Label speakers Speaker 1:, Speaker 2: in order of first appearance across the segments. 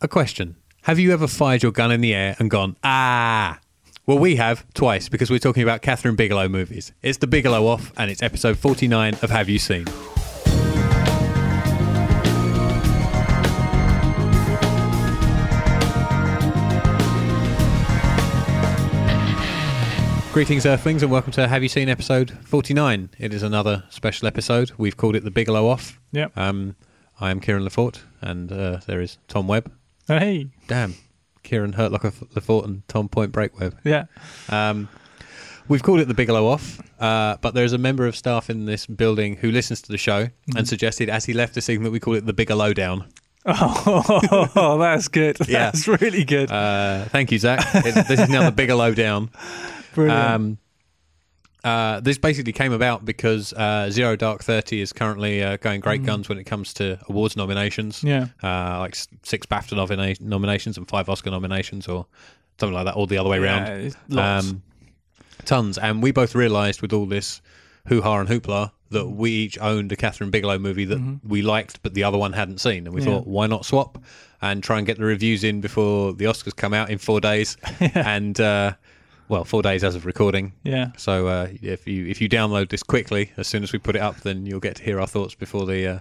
Speaker 1: A question. Have you ever fired your gun in the air and gone, ah? Well, we have twice because we're talking about Catherine Bigelow movies. It's The Bigelow Off, and it's episode 49 of Have You Seen? Greetings, Earthlings, and welcome to Have You Seen episode 49. It is another special episode. We've called it The Bigelow Off.
Speaker 2: Yep.
Speaker 1: Um, I am Kieran Lefort, and uh, there is Tom Webb.
Speaker 2: Oh, hey,
Speaker 1: Damn, Kieran hurt like a Lefort and Tom Point break Webb.
Speaker 2: yeah,
Speaker 1: Um, we've called it the Bigelow Off, uh, but there is a member of staff in this building who listens to the show and suggested as he left the scene that we call it the Bigelow Down.
Speaker 2: oh, that's good.
Speaker 1: Yeah.
Speaker 2: That's really good.
Speaker 1: Uh, thank you, Zach. It's- this is now the Bigelow Down.
Speaker 2: Brilliant.
Speaker 1: Um, uh, this basically came about because uh, Zero Dark Thirty is currently uh, going great guns when it comes to awards nominations.
Speaker 2: Mm. Yeah.
Speaker 1: uh, like s- six BAFTA nomina- nominations and five Oscar nominations, or something like that, or the other way round.
Speaker 2: Yeah, it's lots.
Speaker 1: tons. And we both realised with all this hoo ha and hoopla that
Speaker 2: Mm.
Speaker 1: we each owned a Catherine Bigelow movie that we liked, but the other one hadn't seen. And we
Speaker 2: Mm-hmm. Yeah.
Speaker 1: thought, why not swap and try and get the reviews in before the Oscars come out in four days? And, uh, well, four days as of recording.
Speaker 2: yeah.
Speaker 1: So uh, if you if you download this quickly, as soon as we put it up, then you'll get to hear our thoughts before the uh,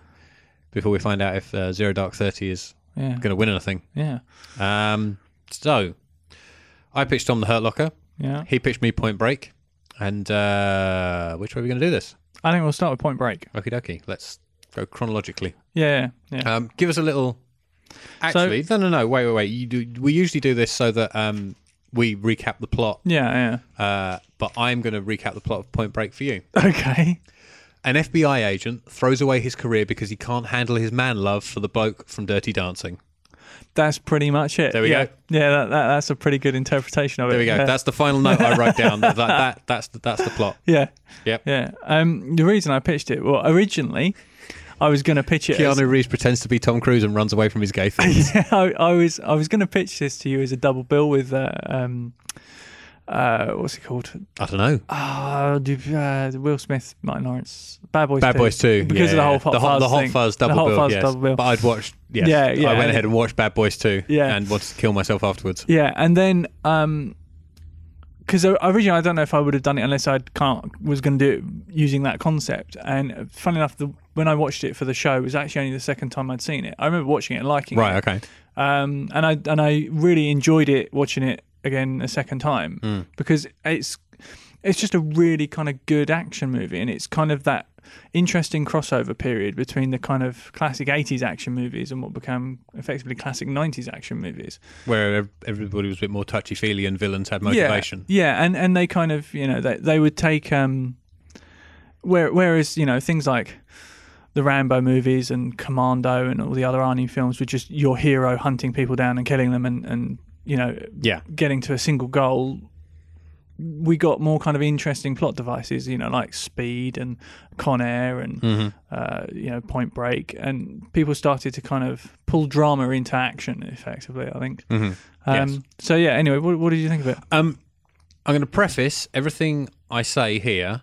Speaker 1: before we find out if uh, Zero Dark Thirty is
Speaker 2: Yeah.
Speaker 1: going to win anything.
Speaker 2: Yeah.
Speaker 1: Um, so I pitched Tom the Hurt Locker.
Speaker 2: Yeah.
Speaker 1: He pitched me Point Break. And uh, which way are we going to do this?
Speaker 2: I think we'll start with Point Break.
Speaker 1: Okie dokie. Let's go chronologically.
Speaker 2: Yeah. Yeah. yeah.
Speaker 1: Um, give us a little. Actually, no, no, no. Wait, wait, wait. You do. We usually do this so that um, we recap the plot.
Speaker 2: yeah,
Speaker 1: Uh, but I'm going to recap the plot of Point Break for you.
Speaker 2: yeah. Okay.
Speaker 1: An FBI agent throws away his career because he can't handle his man love for the bloke from Dirty Dancing.
Speaker 2: That's pretty much it.
Speaker 1: There we
Speaker 2: yeah.
Speaker 1: go.
Speaker 2: Yeah, that, that, that's a pretty good interpretation of it.
Speaker 1: There we go.
Speaker 2: Yeah.
Speaker 1: That's the final note I wrote down. That, that, that that's the, that's the plot.
Speaker 2: yeah.
Speaker 1: Yep.
Speaker 2: Yeah. Um, the reason I pitched it, well, originally, I was going to pitch it. as-
Speaker 1: Keanu Reeves pretends to be Tom Cruise and runs away from his gay friends.
Speaker 2: I, I was I was going to pitch this to you as a double bill with uh, um, uh, what's it called?
Speaker 1: I don't know.
Speaker 2: Uh, do- uh, Will Smith, Martin Lawrence, Bad Boys,
Speaker 1: Bad
Speaker 2: 2.
Speaker 1: Boys Two
Speaker 2: because
Speaker 1: yeah,
Speaker 2: of the
Speaker 1: yeah.
Speaker 2: whole Hot Fuzz
Speaker 1: the Hot
Speaker 2: thing.
Speaker 1: Fuzz double
Speaker 2: the Hot
Speaker 1: bill.
Speaker 2: Fuzz
Speaker 1: yes.
Speaker 2: double bill.
Speaker 1: But I'd watched. Yes.
Speaker 2: Yeah, yeah,
Speaker 1: I went
Speaker 2: and-
Speaker 1: ahead and watched Bad Boys Two.
Speaker 2: Yeah.
Speaker 1: and wanted to kill myself afterwards.
Speaker 2: yeah, and then um, because originally I don't know if I would have done it unless I can't was going to do it using that concept. And uh, funny enough, the, when I watched it for the show, it was actually only the second time I'd seen it. I remember watching it and liking it.
Speaker 1: Right. Okay.
Speaker 2: um, and I and I really enjoyed it watching it again a second time because it's it's just a really kind of good action movie, and it's kind of that interesting crossover period between the kind of classic 80s action movies and what became effectively classic 90s action movies.
Speaker 1: Where ev- everybody was a bit more touchy feely and villains had motivation.
Speaker 2: Yeah, yeah, and and they kind of you know they they would take um, where whereas you know things like the Rambo movies and Commando and all the other Arnie films were just your hero hunting people down and killing them and and you know
Speaker 1: Yeah.
Speaker 2: getting to a single goal. We got more kind of interesting plot devices, you know, like Speed and Con Air and
Speaker 1: Mm-hmm.
Speaker 2: uh, you know Point Break, and people started to kind of pull drama into action effectively. I think. Um,
Speaker 1: Mm-hmm. Yes.
Speaker 2: So yeah. Anyway, what, what did you think of it?
Speaker 1: Um, I'm going to preface everything I say here.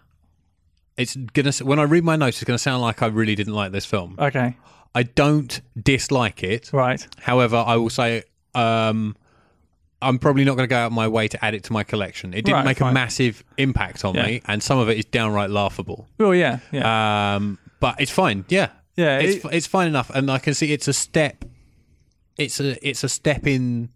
Speaker 1: It's gonna s- when I read my notes, it's going to sound like I really didn't like this film.
Speaker 2: Okay.
Speaker 1: I don't dislike it.
Speaker 2: Right.
Speaker 1: However, I will say um, I'm probably not going to go out of my way to add it to my collection. It didn't
Speaker 2: Right,
Speaker 1: make a
Speaker 2: fine.
Speaker 1: massive impact on
Speaker 2: Yeah.
Speaker 1: me, and some of it is downright laughable.
Speaker 2: Well, Oh, yeah. Yeah.
Speaker 1: Um, but it's fine. Yeah,
Speaker 2: Yeah,
Speaker 1: It's it's fine enough, and I can see it's a step. It's a it's a step in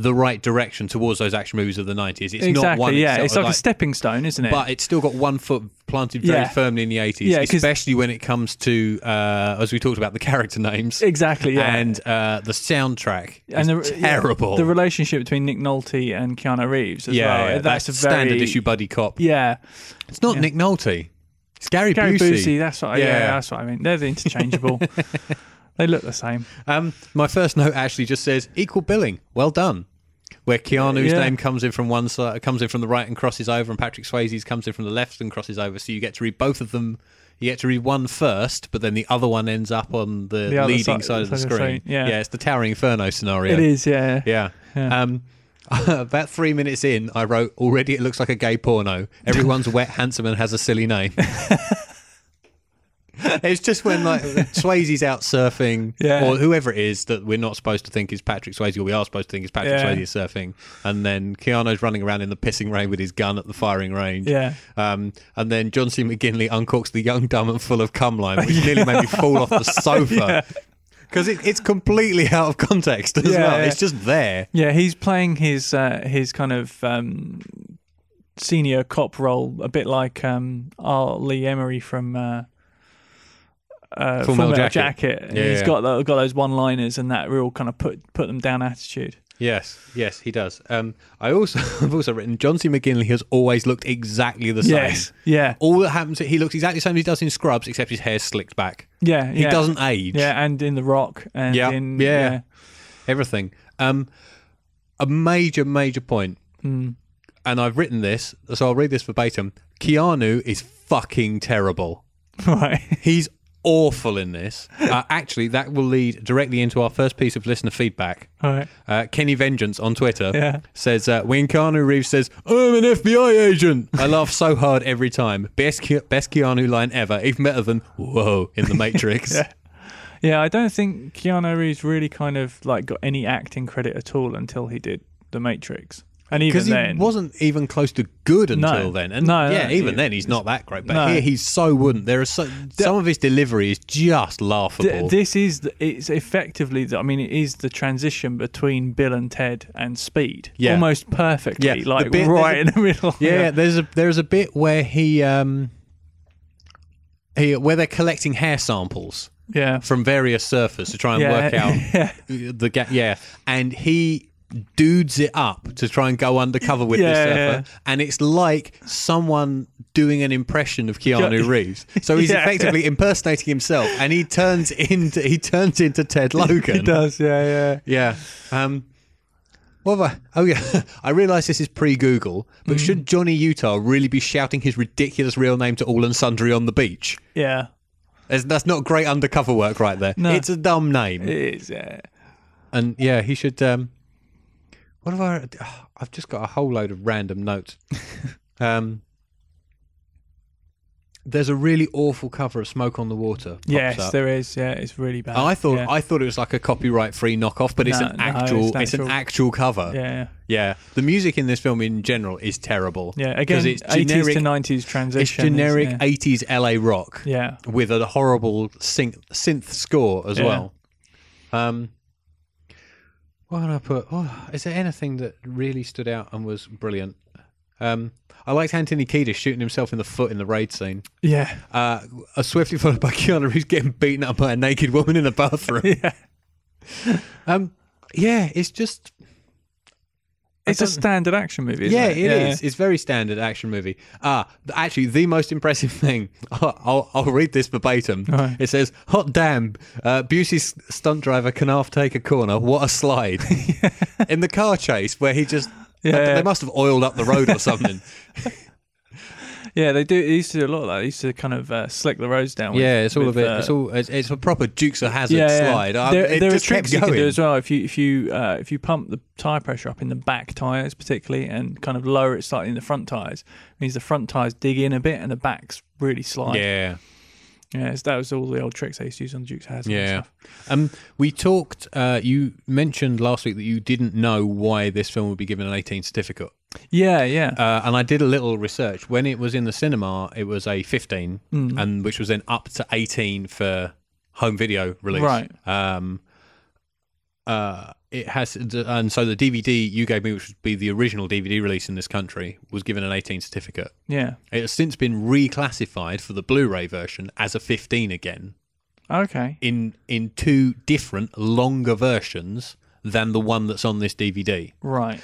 Speaker 1: the right direction towards those action movies of the 90s. It's not one
Speaker 2: exactly. Yeah.
Speaker 1: itself,
Speaker 2: It's like, a stepping stone, isn't it?
Speaker 1: but it's still got one foot planted very
Speaker 2: Yeah.
Speaker 1: firmly in the 80s,
Speaker 2: Yeah, 'cause-
Speaker 1: especially when it comes to, uh, as we talked about, the character names.
Speaker 2: exactly. Yeah.
Speaker 1: And uh, the soundtrack is
Speaker 2: the-
Speaker 1: terrible.
Speaker 2: The relationship between Nick Nolte and Keanu Reeves as
Speaker 1: yeah,
Speaker 2: well.
Speaker 1: yeah,
Speaker 2: that's, a very
Speaker 1: standard issue buddy cop.
Speaker 2: Yeah.
Speaker 1: It's not Nick Nolte. It's Gary,
Speaker 2: Gary
Speaker 1: Busey.
Speaker 2: Busey. That's what. I, yeah.
Speaker 1: Yeah.
Speaker 2: That's what I mean. They're the interchangeable. they look the same.
Speaker 1: Um, my first note actually just says equal billing. Well done. Where Keanu's
Speaker 2: Yeah.
Speaker 1: name comes in from one side, comes in from the right and crosses over, and Patrick Swayze's comes in from the left and crosses over. So you get to read both of them. You get to read one first, but then the other one ends up on the,
Speaker 2: The other
Speaker 1: leading
Speaker 2: si-
Speaker 1: side of the
Speaker 2: side of the
Speaker 1: screen.
Speaker 2: screen, yeah.
Speaker 1: it's the Tower Inferno scenario.
Speaker 2: It is. Yeah.
Speaker 1: Yeah. Um, about three minutes in, I wrote, already it looks like a gay porno. Everyone's wet, handsome, and has a silly name. It's just when like Swayze's out surfing,
Speaker 2: Yeah.
Speaker 1: or whoever it is that we're not supposed to think is Patrick Swayze, or we are supposed to think is Patrick
Speaker 2: Yeah.
Speaker 1: Swayze is surfing, and then Keanu's running around in the pissing rain with his gun at the firing range.
Speaker 2: Yeah.
Speaker 1: Um, and then John C. McGinley uncorks the young, dumb, and full of cum line, which nearly made me fall off the sofa. Because it, it's completely out of context as
Speaker 2: Yeah,
Speaker 1: well.
Speaker 2: yeah.
Speaker 1: It's just there.
Speaker 2: Yeah, he's playing his uh, his kind of um, senior cop role a bit like um, our Lee Emery from uh, uh,
Speaker 1: Full
Speaker 2: Full,
Speaker 1: Metal
Speaker 2: Metal,
Speaker 1: Jacket.
Speaker 2: Jacket.
Speaker 1: Yeah,
Speaker 2: he's
Speaker 1: yeah.
Speaker 2: got tho- got those one liners and that real kind of put put them down attitude.
Speaker 1: Yes, yes, he does. Um, I also I've also written John C. McGinley has always looked exactly the same.
Speaker 2: Yes, yeah,
Speaker 1: All that happens, he looks exactly the same as he does in Scrubs, except his hair's slicked back.
Speaker 2: yeah.
Speaker 1: He doesn't age.
Speaker 2: Yeah, and in The Rock and
Speaker 1: Yeah,
Speaker 2: in
Speaker 1: yeah. Everything. Um, a major, major point.
Speaker 2: Hmm.
Speaker 1: And I've written this, so I'll read this verbatim. Keanu is fucking terrible.
Speaker 2: yeah. right.
Speaker 1: He's awful in this. Uh, actually, that will lead directly into our first piece of listener feedback.
Speaker 2: All right.
Speaker 1: Uh, Kenny Vengeance on Twitter
Speaker 2: Yeah.
Speaker 1: says, uh, when Keanu Reeves says, I'm an FBI agent, I laugh so hard every time. Best, Ke- best Keanu line ever, even better than, whoa, in The Matrix.
Speaker 2: Yeah. Yeah, I don't think Keanu Reeves really kind of like got any acting credit at all until he did The Matrix, and even
Speaker 1: Because he
Speaker 2: then,
Speaker 1: wasn't even close to good until
Speaker 2: No.
Speaker 1: then. And
Speaker 2: No, no,
Speaker 1: yeah,
Speaker 2: no,
Speaker 1: even
Speaker 2: he-
Speaker 1: then, he's not that great. But
Speaker 2: No.
Speaker 1: here, he's so wouldn't. There are so, some of his delivery is just laughable.
Speaker 2: Th- this is the, it's effectively the, I mean it is the transition between Bill and Ted and Speed
Speaker 1: Yeah.
Speaker 2: almost perfectly
Speaker 1: Yeah, the
Speaker 2: like
Speaker 1: bit-
Speaker 2: right
Speaker 1: there's
Speaker 2: in the middle
Speaker 1: Yeah, there's a there's a bit where he um he where they're collecting hair samples
Speaker 2: yeah
Speaker 1: from various surfers to try and
Speaker 2: Yeah,
Speaker 1: work out
Speaker 2: yeah.
Speaker 1: the gap. Yeah, and he dudes it up to try and go undercover with this
Speaker 2: Yeah,
Speaker 1: surfer, and it's like someone doing an impression of Keanu Reeves. So he's
Speaker 2: Yeah.
Speaker 1: effectively impersonating himself, and he turns into he turns into Ted Logan.
Speaker 2: he does yeah yeah
Speaker 1: Yeah. Um, what have I? Oh, yeah. I realise this is pre Google, but
Speaker 2: Mm.
Speaker 1: should Johnny Utah really be shouting his ridiculous real name to all and sundry on the beach?
Speaker 2: yeah
Speaker 1: That's, that's not great undercover work right there.
Speaker 2: No.
Speaker 1: It's a dumb name.
Speaker 2: it is yeah
Speaker 1: And yeah, he should. Um, what have I? oh, I've just got a whole load of random notes. um, there's a really awful cover of Smoke on the Water. pops
Speaker 2: yes
Speaker 1: up.
Speaker 2: there is yeah it's really bad
Speaker 1: I thought
Speaker 2: yeah.
Speaker 1: I thought it was like a copyright free knockoff, but it's
Speaker 2: No,
Speaker 1: an
Speaker 2: no,
Speaker 1: actual
Speaker 2: it's
Speaker 1: it's,
Speaker 2: an
Speaker 1: an actual
Speaker 2: actual-
Speaker 1: cover.
Speaker 2: yeah yeah.
Speaker 1: Yeah, the music in this film in general is terrible.
Speaker 2: yeah
Speaker 1: 'Cause
Speaker 2: again
Speaker 1: it's
Speaker 2: 80s
Speaker 1: generic,
Speaker 2: to 90s transition
Speaker 1: it's generic
Speaker 2: is- yeah.
Speaker 1: '80s LA rock
Speaker 2: yeah
Speaker 1: with a horrible synth synth score as
Speaker 2: Yeah.
Speaker 1: well. Um, what can I put? Oh, is there anything that really stood out and was brilliant? Um, I liked Anthony Kiedis shooting himself in the foot in the raid scene.
Speaker 2: yeah
Speaker 1: Uh, uh, swiftly followed by Keanu Reeves getting beaten up by a naked woman in a bathroom.
Speaker 2: yeah
Speaker 1: Um, yeah, it's just
Speaker 2: it's a
Speaker 1: don't-
Speaker 2: standard action movie isn't
Speaker 1: yeah,
Speaker 2: it
Speaker 1: it is. It's very standard action movie. Ah, th- actually, the most impressive thing. I'll, I'll read this verbatim.
Speaker 2: Alright.
Speaker 1: It says, "Hot damn! Uh, Busey's stunt driver can half take a corner. What a slide!" In the car chase where he just.
Speaker 2: Yeah.
Speaker 1: They must have oiled up the road or something.
Speaker 2: yeah they do they used to do a lot of that they used to kind of uh, slick the roads down with,
Speaker 1: yeah, it's all
Speaker 2: with,
Speaker 1: of it.
Speaker 2: uh,
Speaker 1: It's all. It's, it's a proper Dukes of Hazard slide. I-
Speaker 2: There,
Speaker 1: it
Speaker 2: there are
Speaker 1: just
Speaker 2: tricks
Speaker 1: kept
Speaker 2: you
Speaker 1: going.
Speaker 2: can do as well. If you if you uh, if you pump the tire pressure up in the back tires particularly and kind of lower it slightly in the front tires, means the front tires dig in a bit and the backs really slide.
Speaker 1: Yeah.
Speaker 2: yeah so that was all the old tricks they used to use on Duke's Hazard. and
Speaker 1: Yeah.
Speaker 2: stuff.
Speaker 1: Um, we talked. Uh, you mentioned last week that you didn't know why this film would be given an 18 certificate.
Speaker 2: yeah, yeah,
Speaker 1: Uh, and I did a little research. When it was in the cinema, it was a 15,
Speaker 2: Hmm.
Speaker 1: and which was then up to 18 for home video release.
Speaker 2: Right.
Speaker 1: Um, uh, it has, and so the DVD you gave me, which would be the original DVD release in this country, was given an 18 certificate.
Speaker 2: yeah.
Speaker 1: It has since been reclassified for the Blu-ray version as a 15 again
Speaker 2: Okay,
Speaker 1: in in two different longer versions than the one that's on this DVD.
Speaker 2: right.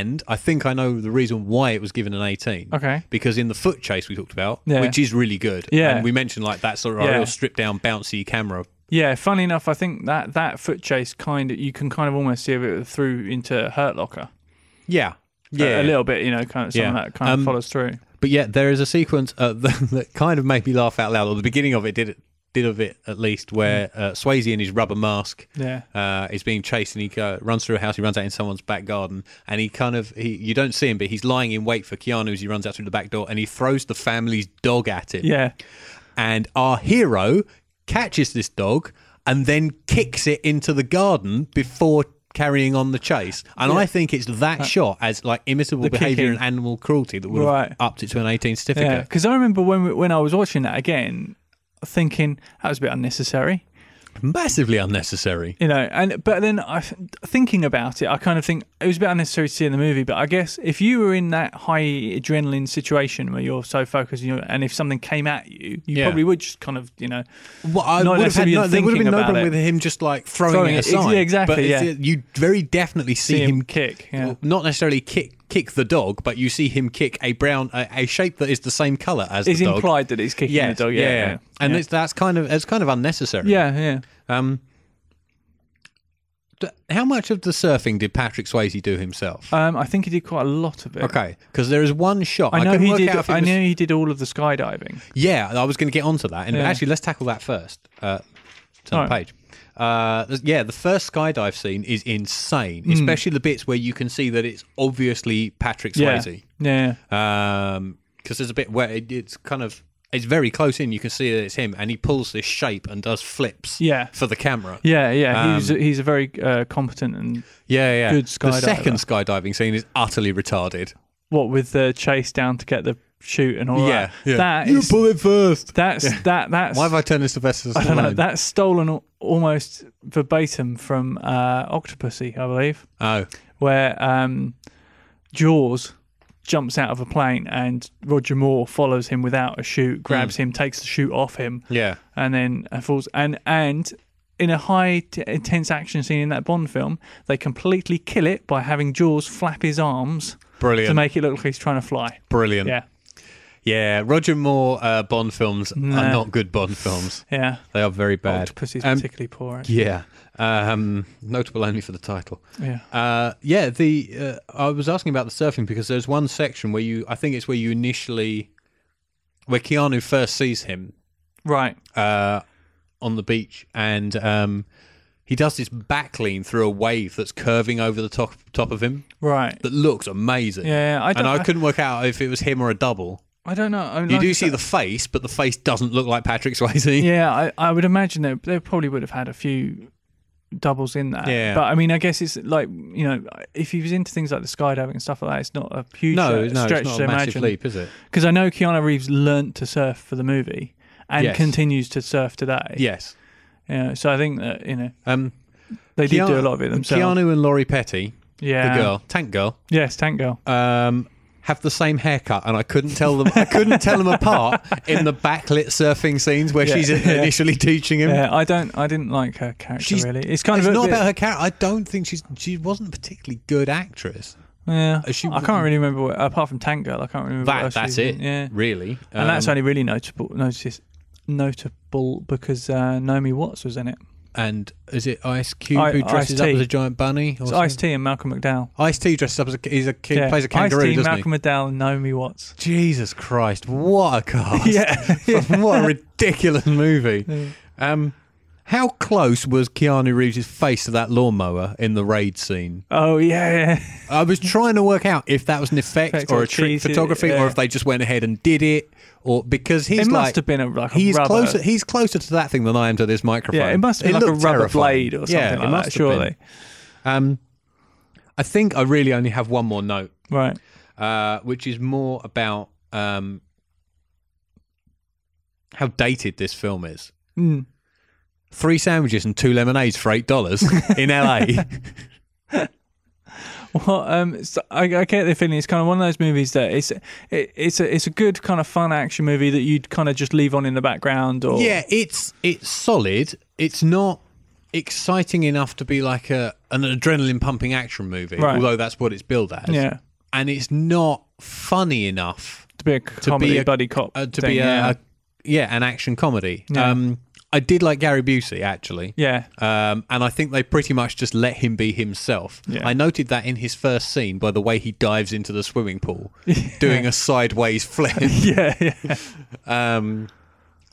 Speaker 1: And I think I know the reason why it was given an 18.
Speaker 2: Okay.
Speaker 1: Because in the foot chase we talked about,
Speaker 2: Yeah.
Speaker 1: which is really good.
Speaker 2: Yeah.
Speaker 1: And we mentioned like that sort of
Speaker 2: Yeah.
Speaker 1: real stripped down bouncy camera.
Speaker 2: Yeah, funny enough, I think that that foot chase kind of you can kind of almost see it through into Hurt Locker.
Speaker 1: Yeah.
Speaker 2: A-
Speaker 1: Yeah.
Speaker 2: a, little bit, you know, kind of some of
Speaker 1: Yeah.
Speaker 2: that kind of
Speaker 1: Um,
Speaker 2: follows through.
Speaker 1: But yeah, there is a sequence uh, that, that kind of made me laugh out loud, or the beginning of it did it did of it at least where uh, Swayze in his rubber mask
Speaker 2: Mm. Yeah.
Speaker 1: uh, is being chased and he uh, runs through a house. He runs out in someone's back garden, and he kind of he you don't see him, but he's lying in wait for Keanu as he runs out through the back door, and he throws the family's dog at him.
Speaker 2: Yeah,
Speaker 1: and our hero catches this dog and then kicks it into the garden before carrying on the chase. And I think it's that shot as like imitable behavior
Speaker 2: kicking.
Speaker 1: and animal cruelty that would
Speaker 2: Right.
Speaker 1: have upped it to an 18 certificate.
Speaker 2: Yeah, because I remember when we, when I was watching that again, thinking that was a bit unnecessary,
Speaker 1: Massively unnecessary.
Speaker 2: you know. And but then I, thinking about it, I kind of think it was a bit unnecessary to see in the movie. But I guess if you were in that high adrenaline situation where you're so focused, you know, and if something came at you, you
Speaker 1: Yeah.
Speaker 2: probably would just kind of, you know,
Speaker 1: Well, I
Speaker 2: Not
Speaker 1: would have had
Speaker 2: necessarily
Speaker 1: no, there would have
Speaker 2: thinking
Speaker 1: been no
Speaker 2: about
Speaker 1: problem
Speaker 2: it.
Speaker 1: with him just like throwing, it
Speaker 2: Throwing it, ex-
Speaker 1: aside.
Speaker 2: yeah, exactly,
Speaker 1: But it's-
Speaker 2: yeah.
Speaker 1: you very definitely see,
Speaker 2: see him,
Speaker 1: him
Speaker 2: kick. Yeah.
Speaker 1: Well, not necessarily kick kick the dog, but you see him kick a brown a, a shape that is the same color as
Speaker 2: it's
Speaker 1: the dog.
Speaker 2: implied that he's kicking
Speaker 1: Yes,
Speaker 2: the dog. Yeah, yeah, yeah.
Speaker 1: and
Speaker 2: yeah.
Speaker 1: It's, that's kind of it's kind of unnecessary.
Speaker 2: yeah, yeah.
Speaker 1: Um, d- how much of the surfing did Patrick Swayze do himself?
Speaker 2: Um, I think he did quite a lot of it.
Speaker 1: okay, because there is one shot
Speaker 2: I know
Speaker 1: couldn't
Speaker 2: he
Speaker 1: work
Speaker 2: did.
Speaker 1: out if it
Speaker 2: I
Speaker 1: was-
Speaker 2: know he did all of the skydiving.
Speaker 1: Yeah, I was going to get onto that, and
Speaker 2: Yeah.
Speaker 1: actually, let's tackle that first. Uh, turn
Speaker 2: All
Speaker 1: the
Speaker 2: right.
Speaker 1: page. Uh, there's- yeah, the first skydive scene is insane,
Speaker 2: Hmm.
Speaker 1: especially the bits where you can see that it's obviously Patrick
Speaker 2: Yeah,
Speaker 1: Swayze.
Speaker 2: yeah.
Speaker 1: because there's a bit where it, it's kind of it's very close in. You can see that it's him, and he pulls this shape and does flips.
Speaker 2: Yeah.
Speaker 1: for the camera.
Speaker 2: Yeah, yeah, he's
Speaker 1: Um,
Speaker 2: he's a very uh, competent and
Speaker 1: yeah, yeah.
Speaker 2: Good
Speaker 1: The second skydiving scene is utterly retarded.
Speaker 2: what with the chase down to get the shoot and all
Speaker 1: yeah,
Speaker 2: that.
Speaker 1: yeah.
Speaker 2: That
Speaker 1: you
Speaker 2: is-
Speaker 1: pull it first.
Speaker 2: that's that that's
Speaker 1: Why have I turned this to Sylvester
Speaker 2: I don't know,
Speaker 1: Stallone?
Speaker 2: that's stolen al- almost verbatim from uh, Octopussy, I believe,
Speaker 1: Oh,
Speaker 2: where um, Jaws jumps out of a plane and Roger Moore follows him without a chute,
Speaker 1: Mm.
Speaker 2: grabs him, takes the chute off him,
Speaker 1: yeah.
Speaker 2: and then uh, falls and and in a high t- intense action scene in that Bond film, they completely kill it by having Jaws flap his arms to
Speaker 1: Brilliant,
Speaker 2: make it look like he's trying to fly.
Speaker 1: brilliant.
Speaker 2: Yeah,
Speaker 1: Yeah, Roger Moore uh, Bond films are not good Bond films.
Speaker 2: yeah.
Speaker 1: They are very bad.
Speaker 2: Octopussy's
Speaker 1: Um,
Speaker 2: particularly poor. at-
Speaker 1: yeah, um, notable only for the title.
Speaker 2: Yeah.
Speaker 1: Uh, yeah, the uh, I was asking about the surfing because there's one section where you, I think it's where you initially, where Keanu first sees him
Speaker 2: Right.
Speaker 1: uh, on the beach, and um, he does this back lean through a wave that's curving over the top top of him
Speaker 2: Right.
Speaker 1: that looks amazing.
Speaker 2: Yeah, I
Speaker 1: and
Speaker 2: don't-
Speaker 1: I couldn't work out if it was him or a double.
Speaker 2: I don't know. I mean,
Speaker 1: You
Speaker 2: like I
Speaker 1: do see
Speaker 2: said-
Speaker 1: the face, but the face doesn't look like Patrick Swayze.
Speaker 2: Yeah, I, I would imagine that they probably would have had a few doubles in that.
Speaker 1: Yeah.
Speaker 2: But I mean, I guess it's like you know, if he was into things like the skydiving and stuff like that, it's not a huge uh,
Speaker 1: No, no,
Speaker 2: stretch
Speaker 1: it's not
Speaker 2: to
Speaker 1: a massive
Speaker 2: imagine.
Speaker 1: leap, is it?
Speaker 2: Because I know Keanu Reeves learnt to surf for the movie and
Speaker 1: Yes.
Speaker 2: continues to surf today.
Speaker 1: Yes.
Speaker 2: Yeah, so I think that you know
Speaker 1: Um,
Speaker 2: they did do
Speaker 1: Keanu-
Speaker 2: a lot of it themselves.
Speaker 1: Keanu and Laurie Petty,
Speaker 2: yeah,
Speaker 1: the girl, Tank Girl,
Speaker 2: Yes, Tank Girl.
Speaker 1: um, have the same haircut, and I couldn't tell them. I couldn't tell them apart in the backlit surfing scenes where
Speaker 2: Yeah,
Speaker 1: she's
Speaker 2: yeah.
Speaker 1: initially teaching him.
Speaker 2: Yeah, I don't. I didn't like her character
Speaker 1: Um, She's-
Speaker 2: really. It's kind
Speaker 1: It's
Speaker 2: of a
Speaker 1: not
Speaker 2: bit-
Speaker 1: about her character. I don't think she's she wasn't a particularly good actress.
Speaker 2: Yeah,
Speaker 1: Is she-
Speaker 2: I can't really remember. What, apart from Tank Girl, I can't remember. what
Speaker 1: That
Speaker 2: else she
Speaker 1: that's
Speaker 2: was
Speaker 1: it.
Speaker 2: in. Yeah,
Speaker 1: really.
Speaker 2: and that's
Speaker 1: Um,
Speaker 2: only really notable. Notice notable because uh, Naomi Watts was in
Speaker 1: Oh,
Speaker 2: it.
Speaker 1: and is it Ice Cube
Speaker 2: I-
Speaker 1: who dresses up
Speaker 2: Ice-T.
Speaker 1: as a giant bunny?
Speaker 2: It's Ice T and Malcolm McDowell.
Speaker 1: Ice T dresses up as a he's a kid
Speaker 2: yeah.
Speaker 1: plays a kangaroo,
Speaker 2: Ice-T,
Speaker 1: doesn't he?
Speaker 2: Malcolm McDowell, and Naomi Watts.
Speaker 1: Jesus Christ, what a cast!
Speaker 2: Yeah.
Speaker 1: what a ridiculous movie.
Speaker 2: Yeah.
Speaker 1: Um, how close was Keanu Reeves' face to that lawnmower in the raid scene?
Speaker 2: Oh yeah, yeah.
Speaker 1: I was trying to work out if that was an effect
Speaker 2: Effect
Speaker 1: or
Speaker 2: or
Speaker 1: a trick
Speaker 2: cheated,
Speaker 1: photography,
Speaker 2: yeah.
Speaker 1: or if they just went ahead and did it, or because he's
Speaker 2: it must
Speaker 1: like
Speaker 2: have been a like a
Speaker 1: he's
Speaker 2: rubber.
Speaker 1: closer. He's closer to that thing than I am to this microphone.
Speaker 2: yeah, it must have been like a
Speaker 1: looked
Speaker 2: rubber
Speaker 1: terrifying.
Speaker 2: blade or something
Speaker 1: Yeah,
Speaker 2: like
Speaker 1: it must
Speaker 2: that.
Speaker 1: have been.
Speaker 2: Surely,
Speaker 1: Um, I think I really only have one more note.
Speaker 2: right?
Speaker 1: uh, which is more about um, how dated this film is.
Speaker 2: Mm.
Speaker 1: Three sandwiches and two lemonades for eight dollars in LA.
Speaker 2: Well, um, so I, I get the feeling it's kind of one of those movies that it's it, it's a it's a good kind of fun action movie that you'd kind of just leave on in the background or
Speaker 1: yeah, it's it's solid. It's not exciting enough to be like a an adrenaline pumping action movie,
Speaker 2: Right.
Speaker 1: although that's what it's billed as.
Speaker 2: yeah
Speaker 1: and it's not funny enough
Speaker 2: to be a comedy
Speaker 1: a-
Speaker 2: buddy cop
Speaker 1: uh, to
Speaker 2: thing,
Speaker 1: be a
Speaker 2: yeah.
Speaker 1: yeah. an action comedy.
Speaker 2: Yeah.
Speaker 1: Um, I did like Gary Busey actually.
Speaker 2: yeah
Speaker 1: Um, and I think they pretty much just let him be himself.
Speaker 2: Yeah.
Speaker 1: I noted that in his first scene by the way he dives into the swimming pool, doing a sideways flip.
Speaker 2: yeah yeah
Speaker 1: Um,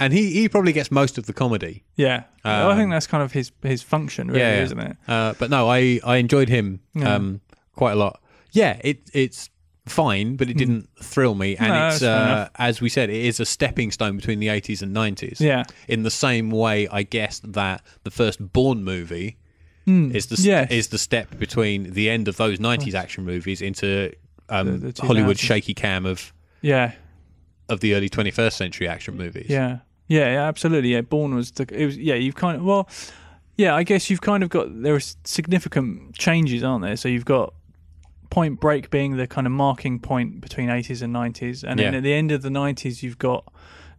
Speaker 1: and he, he probably gets most of the comedy.
Speaker 2: yeah. Well, I think that's kind of his his function really
Speaker 1: Um, yeah, yeah.
Speaker 2: isn't it
Speaker 1: Uh, but no, I, I enjoyed him um, quite a lot. Yeah, it it's fine, but it didn't thrill me. And
Speaker 2: Hmm. No,
Speaker 1: it's
Speaker 2: that's fair
Speaker 1: uh,
Speaker 2: enough.
Speaker 1: as we said, it is a stepping stone between the eighties and nineties.
Speaker 2: Yeah.
Speaker 1: In the same way, I guess that the first Born movie is the
Speaker 2: Hmm. yes.
Speaker 1: is the step between the end of those nineties action movies into um,
Speaker 2: The- the
Speaker 1: Hollywood
Speaker 2: 2000s.
Speaker 1: shaky cam of
Speaker 2: Yeah.
Speaker 1: of the early twenty first century action movies.
Speaker 2: Yeah. Yeah, yeah, absolutely. Yeah, Born was the it was yeah, you've kind of well yeah, I guess you've kind of got there are significant changes, aren't there? So you've got Point Break being the kind of marking point between 80s and 90s and then
Speaker 1: Yeah.
Speaker 2: at the end of the 90s you've got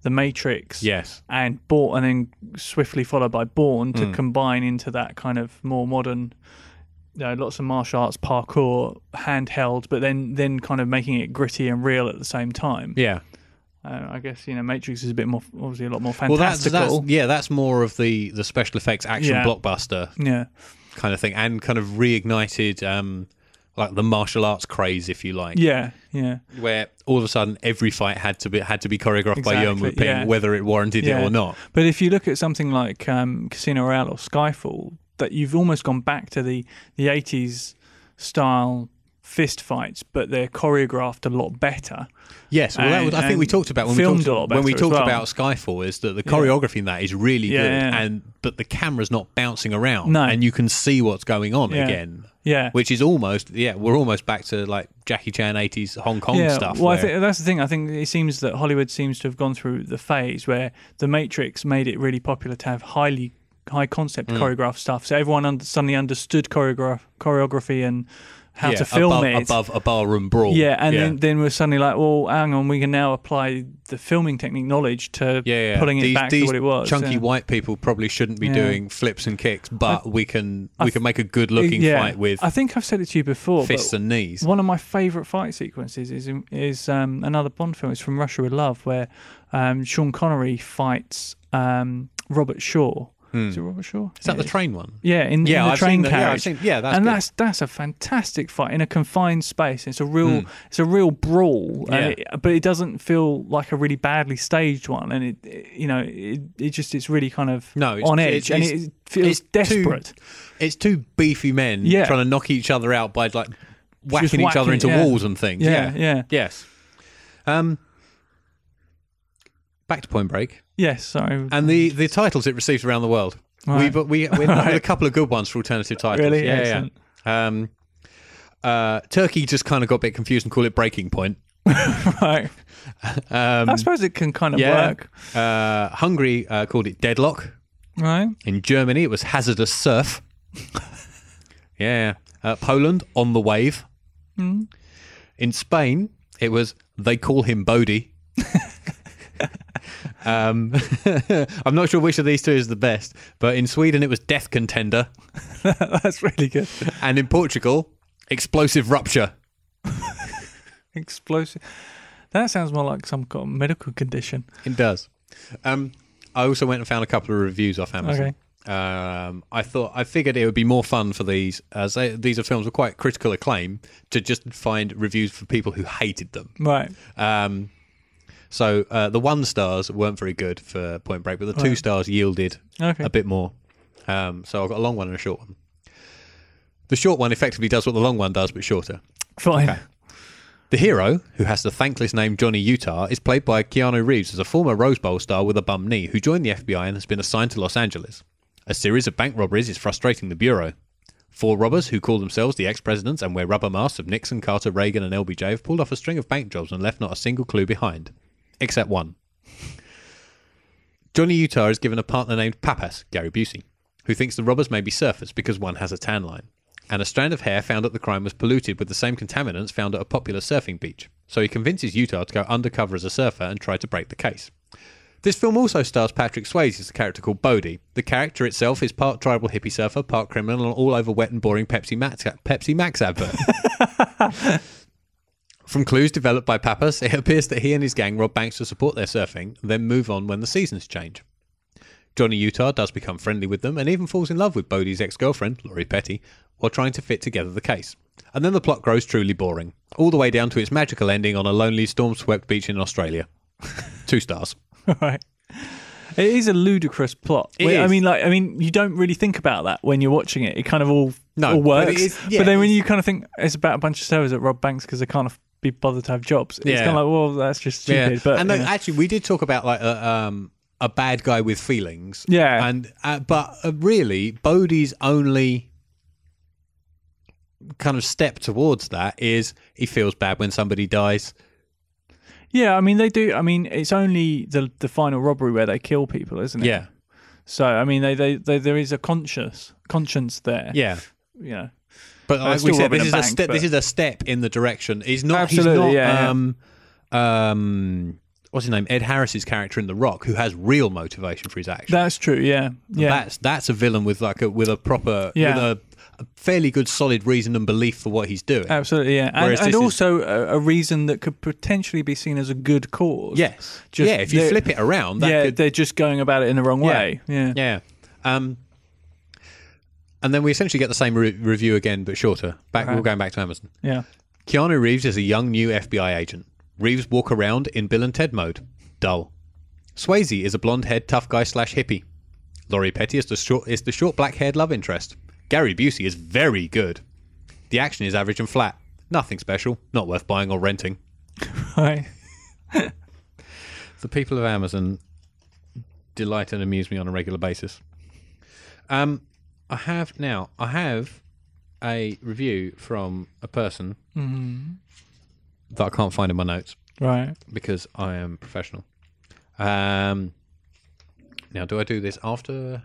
Speaker 2: The Matrix.
Speaker 1: Yes.
Speaker 2: And Born and then swiftly followed by Born
Speaker 1: Hmm.
Speaker 2: to combine into that kind of more modern you know, lots of martial arts parkour handheld but then then kind of making it gritty and real at the same time
Speaker 1: Yeah.
Speaker 2: uh, I guess you know Matrix is a bit more obviously a lot more
Speaker 1: Well, that's,
Speaker 2: fantastical.
Speaker 1: that's yeah, that's more of the the special effects action
Speaker 2: Yeah.
Speaker 1: blockbuster
Speaker 2: yeah,
Speaker 1: kind of thing, and kind of reignited um, like the martial arts craze, if you like,
Speaker 2: yeah, yeah,
Speaker 1: where all of a sudden every fight had to be had to be choreographed by Yuen
Speaker 2: Exactly,
Speaker 1: Wu Ping,
Speaker 2: yeah.
Speaker 1: whether it warranted
Speaker 2: yeah.
Speaker 1: it or not.
Speaker 2: But if you look at something like um, Casino Royale or Skyfall, that you've almost gone back to the the eighties style fist fights, but they're choreographed a lot better.
Speaker 1: Yes, well, that
Speaker 2: And-
Speaker 1: was, I think we
Speaker 2: and
Speaker 1: talked about when we
Speaker 2: filmed
Speaker 1: talked,
Speaker 2: a lot
Speaker 1: when we
Speaker 2: better as
Speaker 1: talked
Speaker 2: well.
Speaker 1: about Skyfall is that the choreography in that is really
Speaker 2: Yeah,
Speaker 1: good,
Speaker 2: yeah.
Speaker 1: and but the camera's not bouncing around,
Speaker 2: No.
Speaker 1: and you can see what's going on
Speaker 2: Yeah.
Speaker 1: again.
Speaker 2: Yeah,
Speaker 1: Which is almost yeah, we're almost back to like Jackie Chan eighties Hong Kong
Speaker 2: yeah.
Speaker 1: stuff.
Speaker 2: well, I
Speaker 1: where-
Speaker 2: think that's the thing. I think it seems that Hollywood seems to have gone through the phase where The Matrix made it really popular to have highly high
Speaker 1: Mm.
Speaker 2: concept choreographed stuff. So everyone un- suddenly understood choreograph choreography and how
Speaker 1: yeah,
Speaker 2: to film
Speaker 1: above,
Speaker 2: it
Speaker 1: above a barroom brawl.
Speaker 2: Yeah, and Then, then we're suddenly like, well, hang on, we can now apply the filming technique knowledge to
Speaker 1: yeah, yeah.
Speaker 2: pulling it
Speaker 1: these,
Speaker 2: back
Speaker 1: these
Speaker 2: to what it was.
Speaker 1: Chunky
Speaker 2: yeah.
Speaker 1: white people probably shouldn't be
Speaker 2: Yeah.
Speaker 1: doing flips and kicks, but we can we can make a good looking
Speaker 2: Yeah.
Speaker 1: fight with
Speaker 2: I think I've said it to you before.
Speaker 1: fists
Speaker 2: but
Speaker 1: and knees.
Speaker 2: one of my favourite fight sequences is is um, another Bond film. It's from Russia with Love, where um, Sean Connery fights um, Robert Shaw. Is it Robert Shaw?
Speaker 1: Is that the train one?
Speaker 2: Yeah, in,
Speaker 1: Hmm. Yeah,
Speaker 2: in the
Speaker 1: I've
Speaker 2: train
Speaker 1: seen that. Yeah, I've
Speaker 2: carriage.
Speaker 1: seen- yeah, that's
Speaker 2: and
Speaker 1: good.
Speaker 2: that's that's a fantastic fight in a confined space. It's a real it's a real brawl, and
Speaker 1: Hmm. Yeah.
Speaker 2: it, but it doesn't feel like a really badly staged one. And it, it- you know it, it just it's really kind of
Speaker 1: No, it's-
Speaker 2: on
Speaker 1: it's-
Speaker 2: edge, and
Speaker 1: it's-
Speaker 2: it feels
Speaker 1: too-
Speaker 2: desperate.
Speaker 1: It's two beefy men
Speaker 2: Yeah.
Speaker 1: trying to knock each other out by like whacking each
Speaker 2: whacking,
Speaker 1: other into
Speaker 2: yeah.
Speaker 1: walls and things. Yeah.
Speaker 2: yeah, yeah,
Speaker 1: Yes. Um. Back to Point Break
Speaker 2: yes. Sorry,
Speaker 1: and the, the titles it received around the world. We
Speaker 2: Mm. Right.
Speaker 1: but we we ended up with a couple of good ones for alternative titles.
Speaker 2: Really?
Speaker 1: Yeah, yeah.
Speaker 2: Excellent.
Speaker 1: Um. Uh, Turkey just kind of got a bit confused and called it Breaking Point.
Speaker 2: right.
Speaker 1: Um,
Speaker 2: I suppose it can kind of
Speaker 1: Yeah.
Speaker 2: work,
Speaker 1: Uh, Hungary uh, called it deadlock.
Speaker 2: right?
Speaker 1: In Germany, it was hazardous surf. yeah. Uh, Poland, on the wave. In Spain, it was they call him Bodhi. um, I'm not sure which of these two is the best, but in Sweden, it was death contender.
Speaker 2: that's really good.
Speaker 1: And in Portugal, explosive rupture.
Speaker 2: Explosive. That sounds more like some kind of medical condition.
Speaker 1: It does. Um, I also went and found a couple of reviews off Amazon.
Speaker 2: Okay.
Speaker 1: Um, I thought I figured it would be more fun for these, as they, these are films with quite critical acclaim, to just find reviews for people who hated them.
Speaker 2: Right.
Speaker 1: Um, so uh, the one stars weren't very good for Point Break, but the two stars yielded
Speaker 2: Okay.
Speaker 1: a bit more. Um, so I've got a long one and a short one. The short one effectively does what the long one does, but shorter.
Speaker 2: Fine.
Speaker 1: The hero, who has the thankless name Johnny Utah, is played by Keanu Reeves as a former Rose Bowl star with a bum knee who joined the FBI and has been assigned to Los Angeles. A series of bank robberies is frustrating the Bureau. Four robbers who call themselves the ex presidents and wear rubber masks of Nixon, Carter, Reagan, and LBJ have pulled off a string of bank jobs and left not a single clue behind. Except one. Johnny Utah is given a partner named Papas, Gary Busey, who thinks the robbers may be surfers because one has a tan line. And a strand of hair found at the crime was polluted with the same contaminants found at a popular surfing beach. So he convinces Utah to go undercover as a surfer and try to break the case. This film also stars Patrick Swayze as a character called Bodhi. The character itself is part tribal hippie surfer, part criminal, and all over wet and boring Pepsi Max, Pepsi Max advert. From clues developed by Pappas, it appears that he and his gang rob banks to support their surfing, then move on when the seasons change. Johnny Utah does become friendly with them and even falls in love with Bodie's ex girlfriend, Laurie Petty, while trying to fit together the case. And then the plot grows truly boring, all the way down to its magical ending on a lonely, storm swept beach in Australia. Two stars.
Speaker 2: right. It is a ludicrous plot.
Speaker 1: It
Speaker 2: Well, I
Speaker 1: is.
Speaker 2: mean, like, I mean, you don't really think about that when you're watching it. It kind of all
Speaker 1: No,
Speaker 2: all
Speaker 1: but it
Speaker 2: works. But,
Speaker 1: is- yeah,
Speaker 2: then when you kind of think it's about a bunch of servers that rob banks because they can't aff- be bothered to have jobs. It's
Speaker 1: Yeah.
Speaker 2: kind of like, well, that's just stupid. But
Speaker 1: and then
Speaker 2: you know.
Speaker 1: actually, we did talk about like a, um, a bad guy with feelings.
Speaker 2: Yeah.
Speaker 1: and uh, but uh, really, Bodhi's only kind of step towards that is he feels bad when somebody dies.
Speaker 2: yeah, I mean they do. I mean it's only the the final robbery where they kill people, isn't it?
Speaker 1: Yeah,
Speaker 2: So I mean they, they, they there is a conscious conscience there.
Speaker 1: yeah.
Speaker 2: You know.
Speaker 1: But like we
Speaker 2: still
Speaker 1: said,
Speaker 2: robbing
Speaker 1: this
Speaker 2: a
Speaker 1: is a
Speaker 2: bank,
Speaker 1: step. This
Speaker 2: but-
Speaker 1: is a step in the direction. He's not.
Speaker 2: Absolutely,
Speaker 1: he's not.
Speaker 2: yeah, yeah.
Speaker 1: um, um, what's his name? Ed Harris's character in The Rock, who has real motivation for his actions.
Speaker 2: That's true. Yeah. Yeah.
Speaker 1: That's that's a villain with like a with a proper
Speaker 2: Yeah.
Speaker 1: with a, a fairly good solid reason and belief for what he's doing.
Speaker 2: Absolutely, yeah, and,
Speaker 1: Whereas
Speaker 2: and
Speaker 1: this is-
Speaker 2: also a, a reason that could potentially be seen as a good cause.
Speaker 1: yes.
Speaker 2: Just-
Speaker 1: yeah, if you
Speaker 2: they-
Speaker 1: flip it around, that
Speaker 2: yeah,
Speaker 1: could
Speaker 2: they're just going about it in the wrong way. Yeah,
Speaker 1: Yeah. Um, and then we essentially get the same re- review again, but shorter. Back, We're going back to Amazon.
Speaker 2: yeah,
Speaker 1: Keanu Reeves is a young new FBI agent. Reeves walk around in Bill and Ted mode. Dull. Swayze is a blonde head tough guy slash hippie. Laurie Petty is the short is the short black haired love interest. Gary Busey is very good. The action is average and flat. Nothing special. Not worth buying or renting.
Speaker 2: Right.
Speaker 1: The people of Amazon delight and amuse me on a regular basis. Um, I have now. I have a review from a person that I can't find in my notes.
Speaker 2: right.
Speaker 1: because I am professional. Um, now, do I do this after?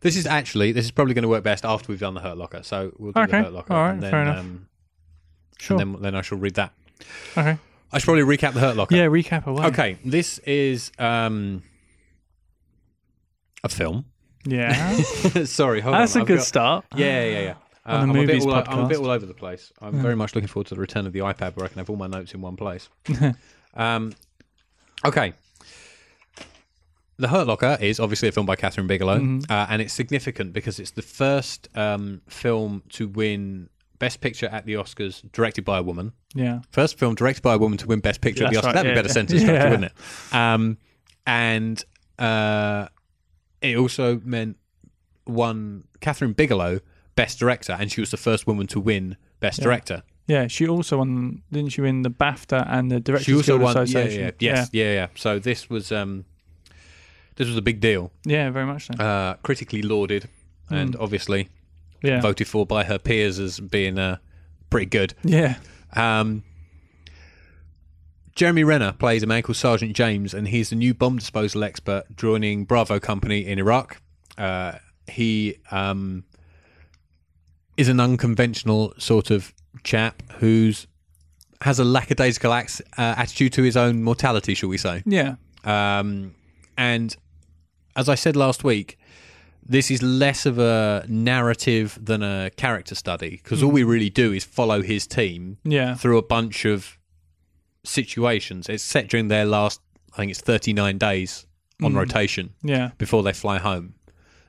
Speaker 1: This is actually this is probably going to work best after we've done the Hurt Locker. So we'll do the
Speaker 2: Okay.
Speaker 1: Hurt Locker,
Speaker 2: All right.
Speaker 1: and then
Speaker 2: Fair enough.
Speaker 1: um,
Speaker 2: Sure.
Speaker 1: and then then I shall read that.
Speaker 2: okay.
Speaker 1: I should probably recap the Hurt Locker.
Speaker 2: Yeah, recap away.
Speaker 1: Okay, this is um, a film.
Speaker 2: Yeah,
Speaker 1: Sorry, hold
Speaker 2: that's
Speaker 1: on.
Speaker 2: a
Speaker 1: I've
Speaker 2: good
Speaker 1: got-
Speaker 2: start.
Speaker 1: yeah, yeah, yeah. Uh,
Speaker 2: On
Speaker 1: I'm,
Speaker 2: the
Speaker 1: a bit
Speaker 2: movies
Speaker 1: all, I'm a bit
Speaker 2: podcast.
Speaker 1: all over the place. I'm very much looking forward to the return of the iPad where I can have all my notes in one place. um, okay. The Hurt Locker is obviously a film by Catherine Bigelow,
Speaker 2: Mm-hmm.
Speaker 1: uh, and it's significant because it's the first um, film to win Best Picture at the Oscars directed by a woman.
Speaker 2: Yeah,
Speaker 1: First film directed by a woman to win Best Picture at the Oscars.
Speaker 2: That's
Speaker 1: That'd
Speaker 2: right,
Speaker 1: be
Speaker 2: yeah,
Speaker 1: a better
Speaker 2: yeah.
Speaker 1: sentence structure,
Speaker 2: Yeah.
Speaker 1: wouldn't it? Um, and uh, it also meant one Catherine Bigelow Best Director, and she was the first woman to win Best Director.
Speaker 2: yeah. She also won, didn't she? Win the BAFTA and the Directors
Speaker 1: She also
Speaker 2: Guild
Speaker 1: won. Yeah,
Speaker 2: Association.
Speaker 1: yeah, yes, yeah. yeah, So this was um, this was a big deal.
Speaker 2: yeah, yeah, very much so.
Speaker 1: Uh, critically lauded, and obviously
Speaker 2: Mm. yeah,
Speaker 1: voted for by her peers as being uh, pretty good.
Speaker 2: yeah,
Speaker 1: Um, Jeremy Renner plays a man called Sergeant James, and he's the new bomb disposal expert joining Bravo Company in Iraq. Uh, he um, is an unconventional sort of chap who's has a lackadaisical ax- uh, attitude to his own mortality, shall we say?
Speaker 2: yeah,
Speaker 1: Um, and as I said last week, this is less of a narrative than a character study because all we really do is follow his team
Speaker 2: yeah,
Speaker 1: through a bunch of situations. It's set during their last, I think it's 39 days on
Speaker 2: Hmm.
Speaker 1: rotation
Speaker 2: yeah,
Speaker 1: before they fly home.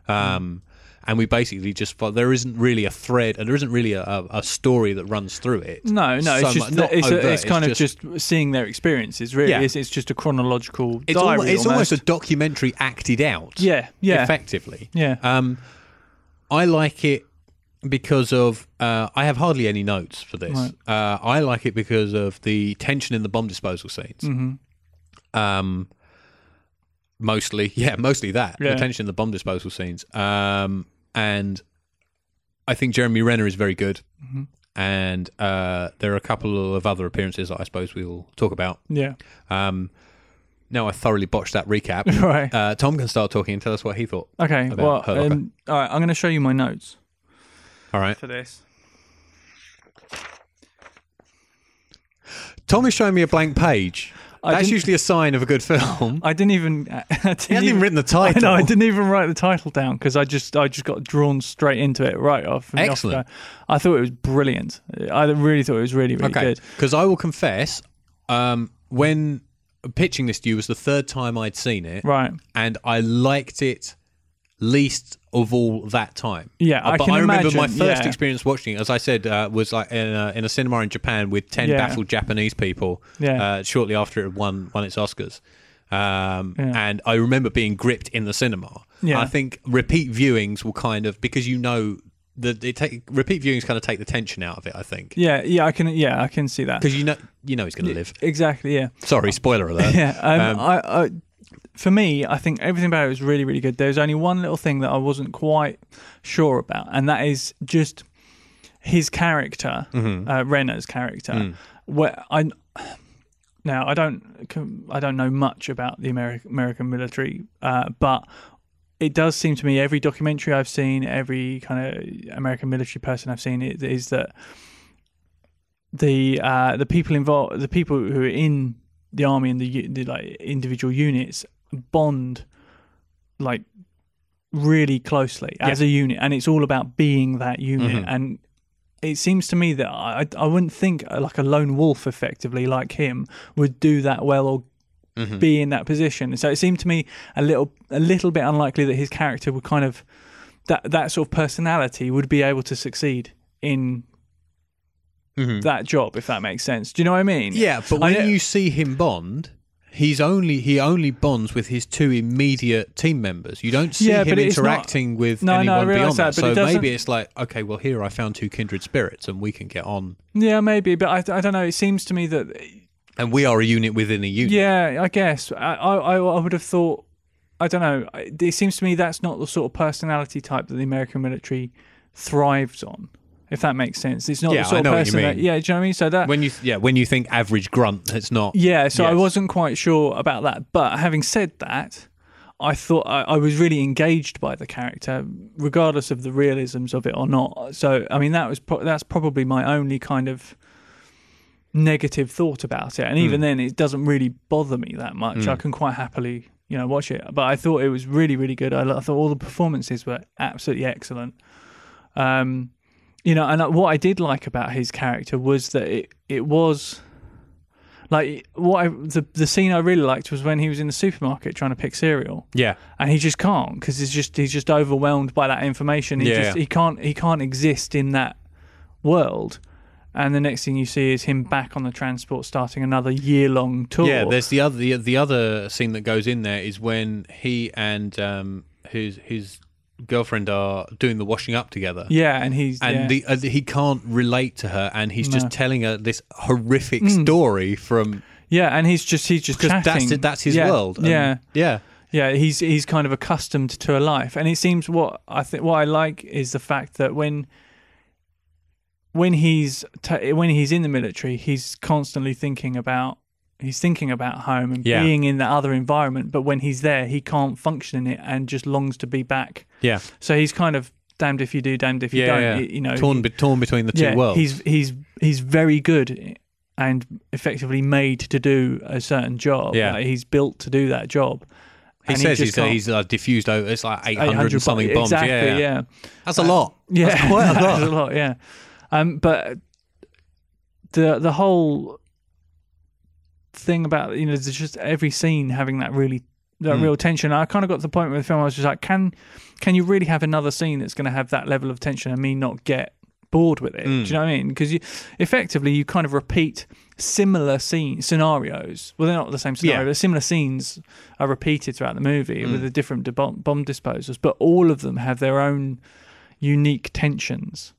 Speaker 1: Um, And we basically just follow, there isn't really a thread and there isn't really a, a, a story that runs through it.
Speaker 2: No, no,
Speaker 1: so
Speaker 2: it's just
Speaker 1: much- not
Speaker 2: it's,
Speaker 1: overt,
Speaker 2: a, it's kind
Speaker 1: just-
Speaker 2: of just seeing their experiences. Really,
Speaker 1: Yeah.
Speaker 2: it's, it's just a chronological
Speaker 1: It's,
Speaker 2: diary.
Speaker 1: almo- it's almost
Speaker 2: almost
Speaker 1: a documentary acted out.
Speaker 2: yeah, yeah,
Speaker 1: Effectively.
Speaker 2: yeah.
Speaker 1: Um, I like it because of uh, I have hardly any notes for this.
Speaker 2: Right.
Speaker 1: Uh, I like it because of the tension in the bomb disposal scenes.
Speaker 2: Mm-hmm.
Speaker 1: Um, mostly, yeah, mostly that
Speaker 2: Yeah.
Speaker 1: the tension in the bomb disposal scenes. Um, and I think Jeremy Renner is very good.
Speaker 2: Mm-hmm.
Speaker 1: And uh, there are a couple of other appearances that I suppose we'll talk about.
Speaker 2: yeah,
Speaker 1: Um, now I thoroughly botched that recap.
Speaker 2: right.
Speaker 1: Uh, Tom can start talking and tell us what he thought.
Speaker 2: Okay, well,
Speaker 1: about Hurt Locker.
Speaker 2: um, all right, I'm going to show you my notes
Speaker 1: All right.
Speaker 2: for this.
Speaker 1: Tom is showing me a blank page.
Speaker 2: I
Speaker 1: That's
Speaker 2: didn't-
Speaker 1: usually a sign of a good film.
Speaker 2: I didn't even. I didn't,
Speaker 1: He hasn't even written the
Speaker 2: I
Speaker 1: title.
Speaker 2: know. I didn't even write the title down because I just I just got drawn straight into it right off. from the
Speaker 1: Excellent.
Speaker 2: off-go. I thought it was brilliant. I really thought it was really really
Speaker 1: Okay,
Speaker 2: good.
Speaker 1: because I will confess, um, when pitching this to you was the third time I'd seen it,
Speaker 2: Right.
Speaker 1: and I liked it least of all that time.
Speaker 2: Yeah,
Speaker 1: Uh,
Speaker 2: I
Speaker 1: but
Speaker 2: can
Speaker 1: I remember my
Speaker 2: imagine,
Speaker 1: first
Speaker 2: yeah.
Speaker 1: experience watching it, as I said, uh, was like in a, in a cinema in Japan with ten
Speaker 2: Yeah.
Speaker 1: baffled Japanese people.
Speaker 2: Yeah.
Speaker 1: Uh, shortly after it had won won its Oscars, um,
Speaker 2: Yeah.
Speaker 1: and I remember being gripped in the cinema.
Speaker 2: Yeah.
Speaker 1: I think repeat viewings will kind of because you know the it take, repeat viewings kind of take the tension out of it. I think
Speaker 2: Yeah, yeah, I can, yeah, I can see that.
Speaker 1: because you know you know he's going to live.
Speaker 2: Exactly, yeah,
Speaker 1: Sorry, spoiler alert.
Speaker 2: yeah.
Speaker 1: Um,
Speaker 2: Um, I, I, for me, I think everything about it was really, really good. There was only one little thing that I wasn't quite sure about, and that is just his character, uh, Renner's character. Where I now I don't, com- I don't know much about the American American military, uh, but it does seem to me every documentary I've seen, every kind of American military person I've seen, it, is that the uh, the people involved, the people who are in the army and the, u- the like individual units bond like really closely as a unit, and it's all about being that unit.
Speaker 1: Mm-hmm.
Speaker 2: And it seems to me that I I wouldn't think uh, like a lone wolf, effectively like him, would do that well or
Speaker 1: Mm-hmm.
Speaker 2: be in that position. So it seemed to me a little a little bit unlikely that his character would kind of that that sort of personality would be able to succeed in that job, if that makes sense. Do you know what I mean?
Speaker 1: Mm-hmm. Yeah, but
Speaker 2: I
Speaker 1: when
Speaker 2: know-
Speaker 1: you see him bond, he's only he only bonds with his two immediate team members. You don't see
Speaker 2: Yeah,
Speaker 1: him
Speaker 2: but it's not-
Speaker 1: interacting with
Speaker 2: No, no, I
Speaker 1: anyone beyond
Speaker 2: realise
Speaker 1: that.
Speaker 2: that, but
Speaker 1: so
Speaker 2: it
Speaker 1: maybe
Speaker 2: doesn't-
Speaker 1: it's like, okay, well here I found two kindred spirits and we can get on
Speaker 2: yeah, maybe, but I I don't know. It seems to me that
Speaker 1: and we are a unit within a unit.
Speaker 2: yeah, I guess I I, I would have thought. I don't know. It seems to me that's not the sort of personality type that the American military thrives on, if that makes sense. It's not
Speaker 1: Yeah,
Speaker 2: the sort
Speaker 1: I know
Speaker 2: of
Speaker 1: what you
Speaker 2: person that,
Speaker 1: mean.
Speaker 2: yeah, do you know what I mean? So that
Speaker 1: When you yeah, when you think average grunt, it's not
Speaker 2: Yeah, so I
Speaker 1: Yes.
Speaker 2: wasn't quite sure about that. But having said that, I thought I, I was really engaged by the character, regardless of the realisms of it or not. So I mean, that was pro- that's probably my only kind of negative thought about it. And even then, it doesn't really bother me that much. I can quite happily. You know, watch it, but I thought it was really, really good. I, lo- I thought all the performances were absolutely excellent. Um, you know, and uh, what I did like about his character was that it it was like what I, the the scene I really liked was when he was in the supermarket trying to pick cereal,
Speaker 1: Yeah.
Speaker 2: and he just can't because he's just he's just overwhelmed by that information. He
Speaker 1: Yeah.
Speaker 2: just he can't he can't exist in that world. And the next thing you see is him back on the transport, starting another year long tour.
Speaker 1: Yeah, there's the other the, the other scene that goes in there is when he and um his his girlfriend are doing the washing up together.
Speaker 2: yeah, and he's
Speaker 1: and
Speaker 2: yeah.
Speaker 1: the, uh, he can't relate to her, and he's just telling her this horrific story from
Speaker 2: yeah, and he's just he's just
Speaker 1: because that's
Speaker 2: Mm. chatting.
Speaker 1: it- that's his
Speaker 2: Yeah,
Speaker 1: world. and-
Speaker 2: Yeah,
Speaker 1: yeah,
Speaker 2: Yeah, he's he's kind of accustomed to a life, and it seems what I think what I like is the fact that when when he's t- when he's in the military, he's constantly thinking about he's thinking about home and
Speaker 1: Yeah.
Speaker 2: being in that other environment. But when he's there, he can't function in it and just longs to be back.
Speaker 1: yeah,
Speaker 2: So he's kind of damned if you do, damned if you
Speaker 1: yeah.
Speaker 2: don't.
Speaker 1: yeah.
Speaker 2: You know,
Speaker 1: torn be- torn between the two worlds.
Speaker 2: He's he's he's very good and effectively made to do a certain job.
Speaker 1: Yeah.
Speaker 2: Like, he's built to do that job.
Speaker 1: he
Speaker 2: and
Speaker 1: says
Speaker 2: just
Speaker 1: he's
Speaker 2: can't-
Speaker 1: he's uh, diffused over. It's like eight
Speaker 2: 800
Speaker 1: hundred and something bombs.
Speaker 2: Exactly,
Speaker 1: yeah,
Speaker 2: yeah.
Speaker 1: that's a lot.
Speaker 2: Yeah.
Speaker 1: that's quite a
Speaker 2: That's
Speaker 1: lot.
Speaker 2: yeah. Um, but the the whole thing about you know there's just every scene having that really that real tension. I kind of got to the point where the film I was just like, can can you really have another scene that's going to have that level of tension and me not get bored with it? Do you know what I mean? Because you effectively you kind of repeat similar scene scenarios. Well, they're not the same scenario,
Speaker 1: Yeah.
Speaker 2: but similar scenes are repeated throughout the movie with the different de- bomb, bomb disposals, but all of them have their own unique tensions.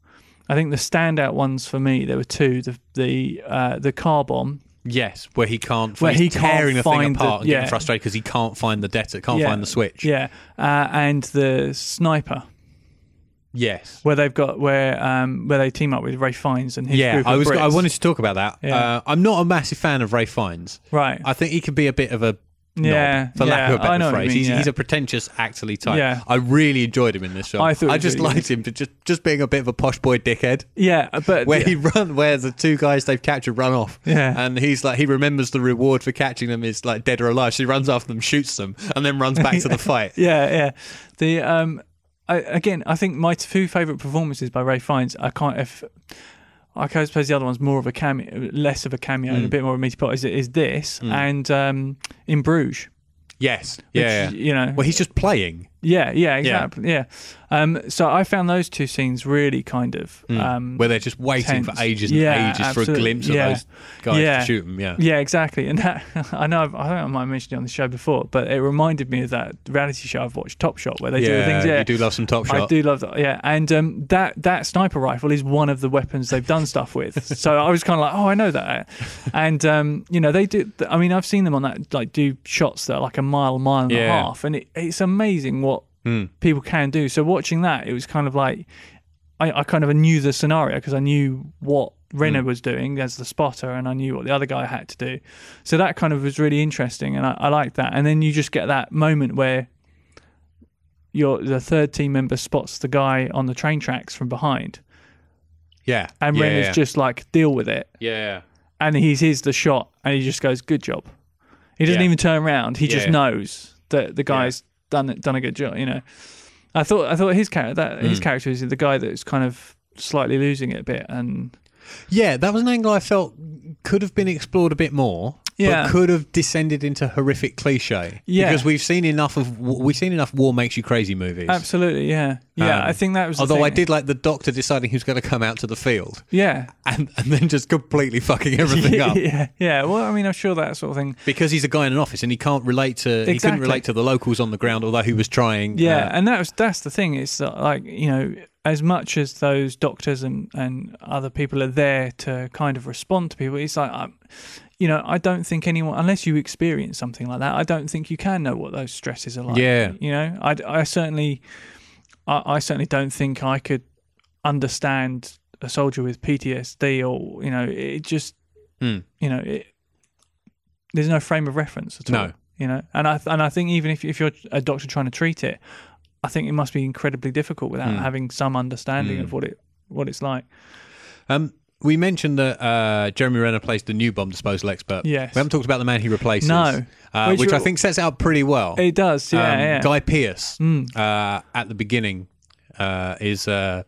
Speaker 2: I think the standout ones for me there were two: the the uh, the car bomb.
Speaker 1: Yes, where he can't,
Speaker 2: Where
Speaker 1: where
Speaker 2: he
Speaker 1: he's
Speaker 2: can't
Speaker 1: tearing the thing
Speaker 2: find the-
Speaker 1: apart and
Speaker 2: yeah.
Speaker 1: getting frustrated because he can't find the debtor, can't
Speaker 2: Yeah.
Speaker 1: find the switch.
Speaker 2: Yeah, uh, and the sniper,
Speaker 1: Yes.
Speaker 2: where they've got where um, where they team up with Ray Fiennes and his
Speaker 1: Yeah,
Speaker 2: group of
Speaker 1: I was.
Speaker 2: Brits.
Speaker 1: I wanted to talk about that.
Speaker 2: Yeah.
Speaker 1: Uh, I'm not a massive fan of Ray Fiennes.
Speaker 2: right.
Speaker 1: I think he could be a bit of a knob,
Speaker 2: Yeah,
Speaker 1: for lack
Speaker 2: yeah,
Speaker 1: of a better
Speaker 2: I know what you
Speaker 1: phrase.
Speaker 2: mean,
Speaker 1: he's,
Speaker 2: yeah.
Speaker 1: he's a pretentious, actorly type.
Speaker 2: Yeah.
Speaker 1: I really enjoyed him in this film.
Speaker 2: I thought he was
Speaker 1: just
Speaker 2: really
Speaker 1: liked him for just just being a bit of a posh boy dickhead.
Speaker 2: yeah, but
Speaker 1: Where
Speaker 2: yeah,
Speaker 1: he run, where the two guys they've captured run off,
Speaker 2: Yeah.
Speaker 1: and he's like he remembers the reward for catching them is like dead or alive. So he runs after them, shoots them, and then runs back to the fight.
Speaker 2: yeah, yeah. The um, I, again, I think my two favorite performances by Ray Fiennes. I can't if I can't suppose the other one's more of a cameo, less of a cameo,
Speaker 1: Mm.
Speaker 2: and a bit more of a meaty pot. Is is this and um, in Bruges?
Speaker 1: Yes,
Speaker 2: which,
Speaker 1: yeah, yeah.
Speaker 2: you know,
Speaker 1: Well, he's just playing.
Speaker 2: Yeah, yeah, exactly. Yeah. Um, so I found those two scenes really kind of.
Speaker 1: Mm.
Speaker 2: Um,
Speaker 1: where they're just waiting
Speaker 2: Tense.
Speaker 1: for ages and
Speaker 2: Yeah,
Speaker 1: ages for a
Speaker 2: absolutely.
Speaker 1: glimpse
Speaker 2: Yeah.
Speaker 1: of those guys
Speaker 2: Yeah.
Speaker 1: to shoot them. Yeah.
Speaker 2: yeah, exactly. And that I know I've, I think I might have mentioned it on the show before, but it reminded me of that reality show I've watched, Top Shot, where they do the things. Yeah,
Speaker 1: you do love some top
Speaker 2: I
Speaker 1: shot.
Speaker 2: do love that. Yeah, and um, that that sniper rifle is one of the weapons they've done stuff with. so I was kind of like, oh, I know that. And um, you know, they do. I mean, I've seen them on that like do shots that are like a mile, mile and a
Speaker 1: Yeah. Hmm.
Speaker 2: half, and it, it's amazing what people can do. So watching that, it was kind of like I, I kind of knew the scenario because I knew what Renner
Speaker 1: Hmm.
Speaker 2: was doing as the spotter, and I knew what the other guy had to do. So that kind of was really interesting, and I, I liked that. And then you just get that moment where your the third team member spots the guy on the train tracks from behind,
Speaker 1: Yeah.
Speaker 2: and
Speaker 1: yeah,
Speaker 2: Renner's
Speaker 1: yeah.
Speaker 2: just like, "Deal with it,"
Speaker 1: Yeah.
Speaker 2: and he hears the shot, and he just goes, "Good job." He doesn't
Speaker 1: Yeah.
Speaker 2: even turn around. He just
Speaker 1: Yeah.
Speaker 2: knows that the guy's done done done a good job. You know, I thought I thought his character that
Speaker 1: Hmm.
Speaker 2: his character is the guy that's kind of slightly losing it a bit, and
Speaker 1: Yeah, that was an angle I felt could have been explored a bit more.
Speaker 2: Yeah.
Speaker 1: But could have descended into horrific cliche.
Speaker 2: Yeah.
Speaker 1: Because we've seen enough of we've seen enough war makes you crazy movies.
Speaker 2: absolutely, yeah, yeah.
Speaker 1: Um,
Speaker 2: I think that was the
Speaker 1: Although I
Speaker 2: thing.
Speaker 1: did like the doctor deciding who's going to come out to the field
Speaker 2: yeah.
Speaker 1: and, and then just completely fucking everything up
Speaker 2: yeah, yeah. Well, I mean, I'm sure that sort of thing.
Speaker 1: because he's a guy in an office and he can't relate to he couldn't
Speaker 2: Exactly.
Speaker 1: relate to the locals on the ground although he was trying.
Speaker 2: Yeah,
Speaker 1: uh,
Speaker 2: and that was that's the thing. It's that, like you know, as much as those doctors and and other people are there to kind of respond to people, it's like i you know, I don't think anyone unless you experience something like that, I don't think you can know what those stresses are like.
Speaker 1: Yeah.
Speaker 2: you know, I I certainly, I, I certainly don't think I could understand a soldier with PTSD or you know, it just
Speaker 1: Mm.
Speaker 2: you know it. There's no frame of reference at all.
Speaker 1: No.
Speaker 2: You know, and I and I think even if if you're a doctor trying to treat it, I think it must be incredibly difficult without
Speaker 1: Hmm.
Speaker 2: having some understanding of what it what it's like.
Speaker 1: Um, we mentioned that uh, Jeremy Renner plays the new bomb disposal expert.
Speaker 2: Yes.
Speaker 1: We haven't talked about the man he replaces.
Speaker 2: No.
Speaker 1: Uh, which,
Speaker 2: Which-
Speaker 1: I think sets out pretty well.
Speaker 2: It does, yeah,
Speaker 1: Um,
Speaker 2: yeah, Hmm.
Speaker 1: Guy Pearce uh, at the beginning uh, is uh,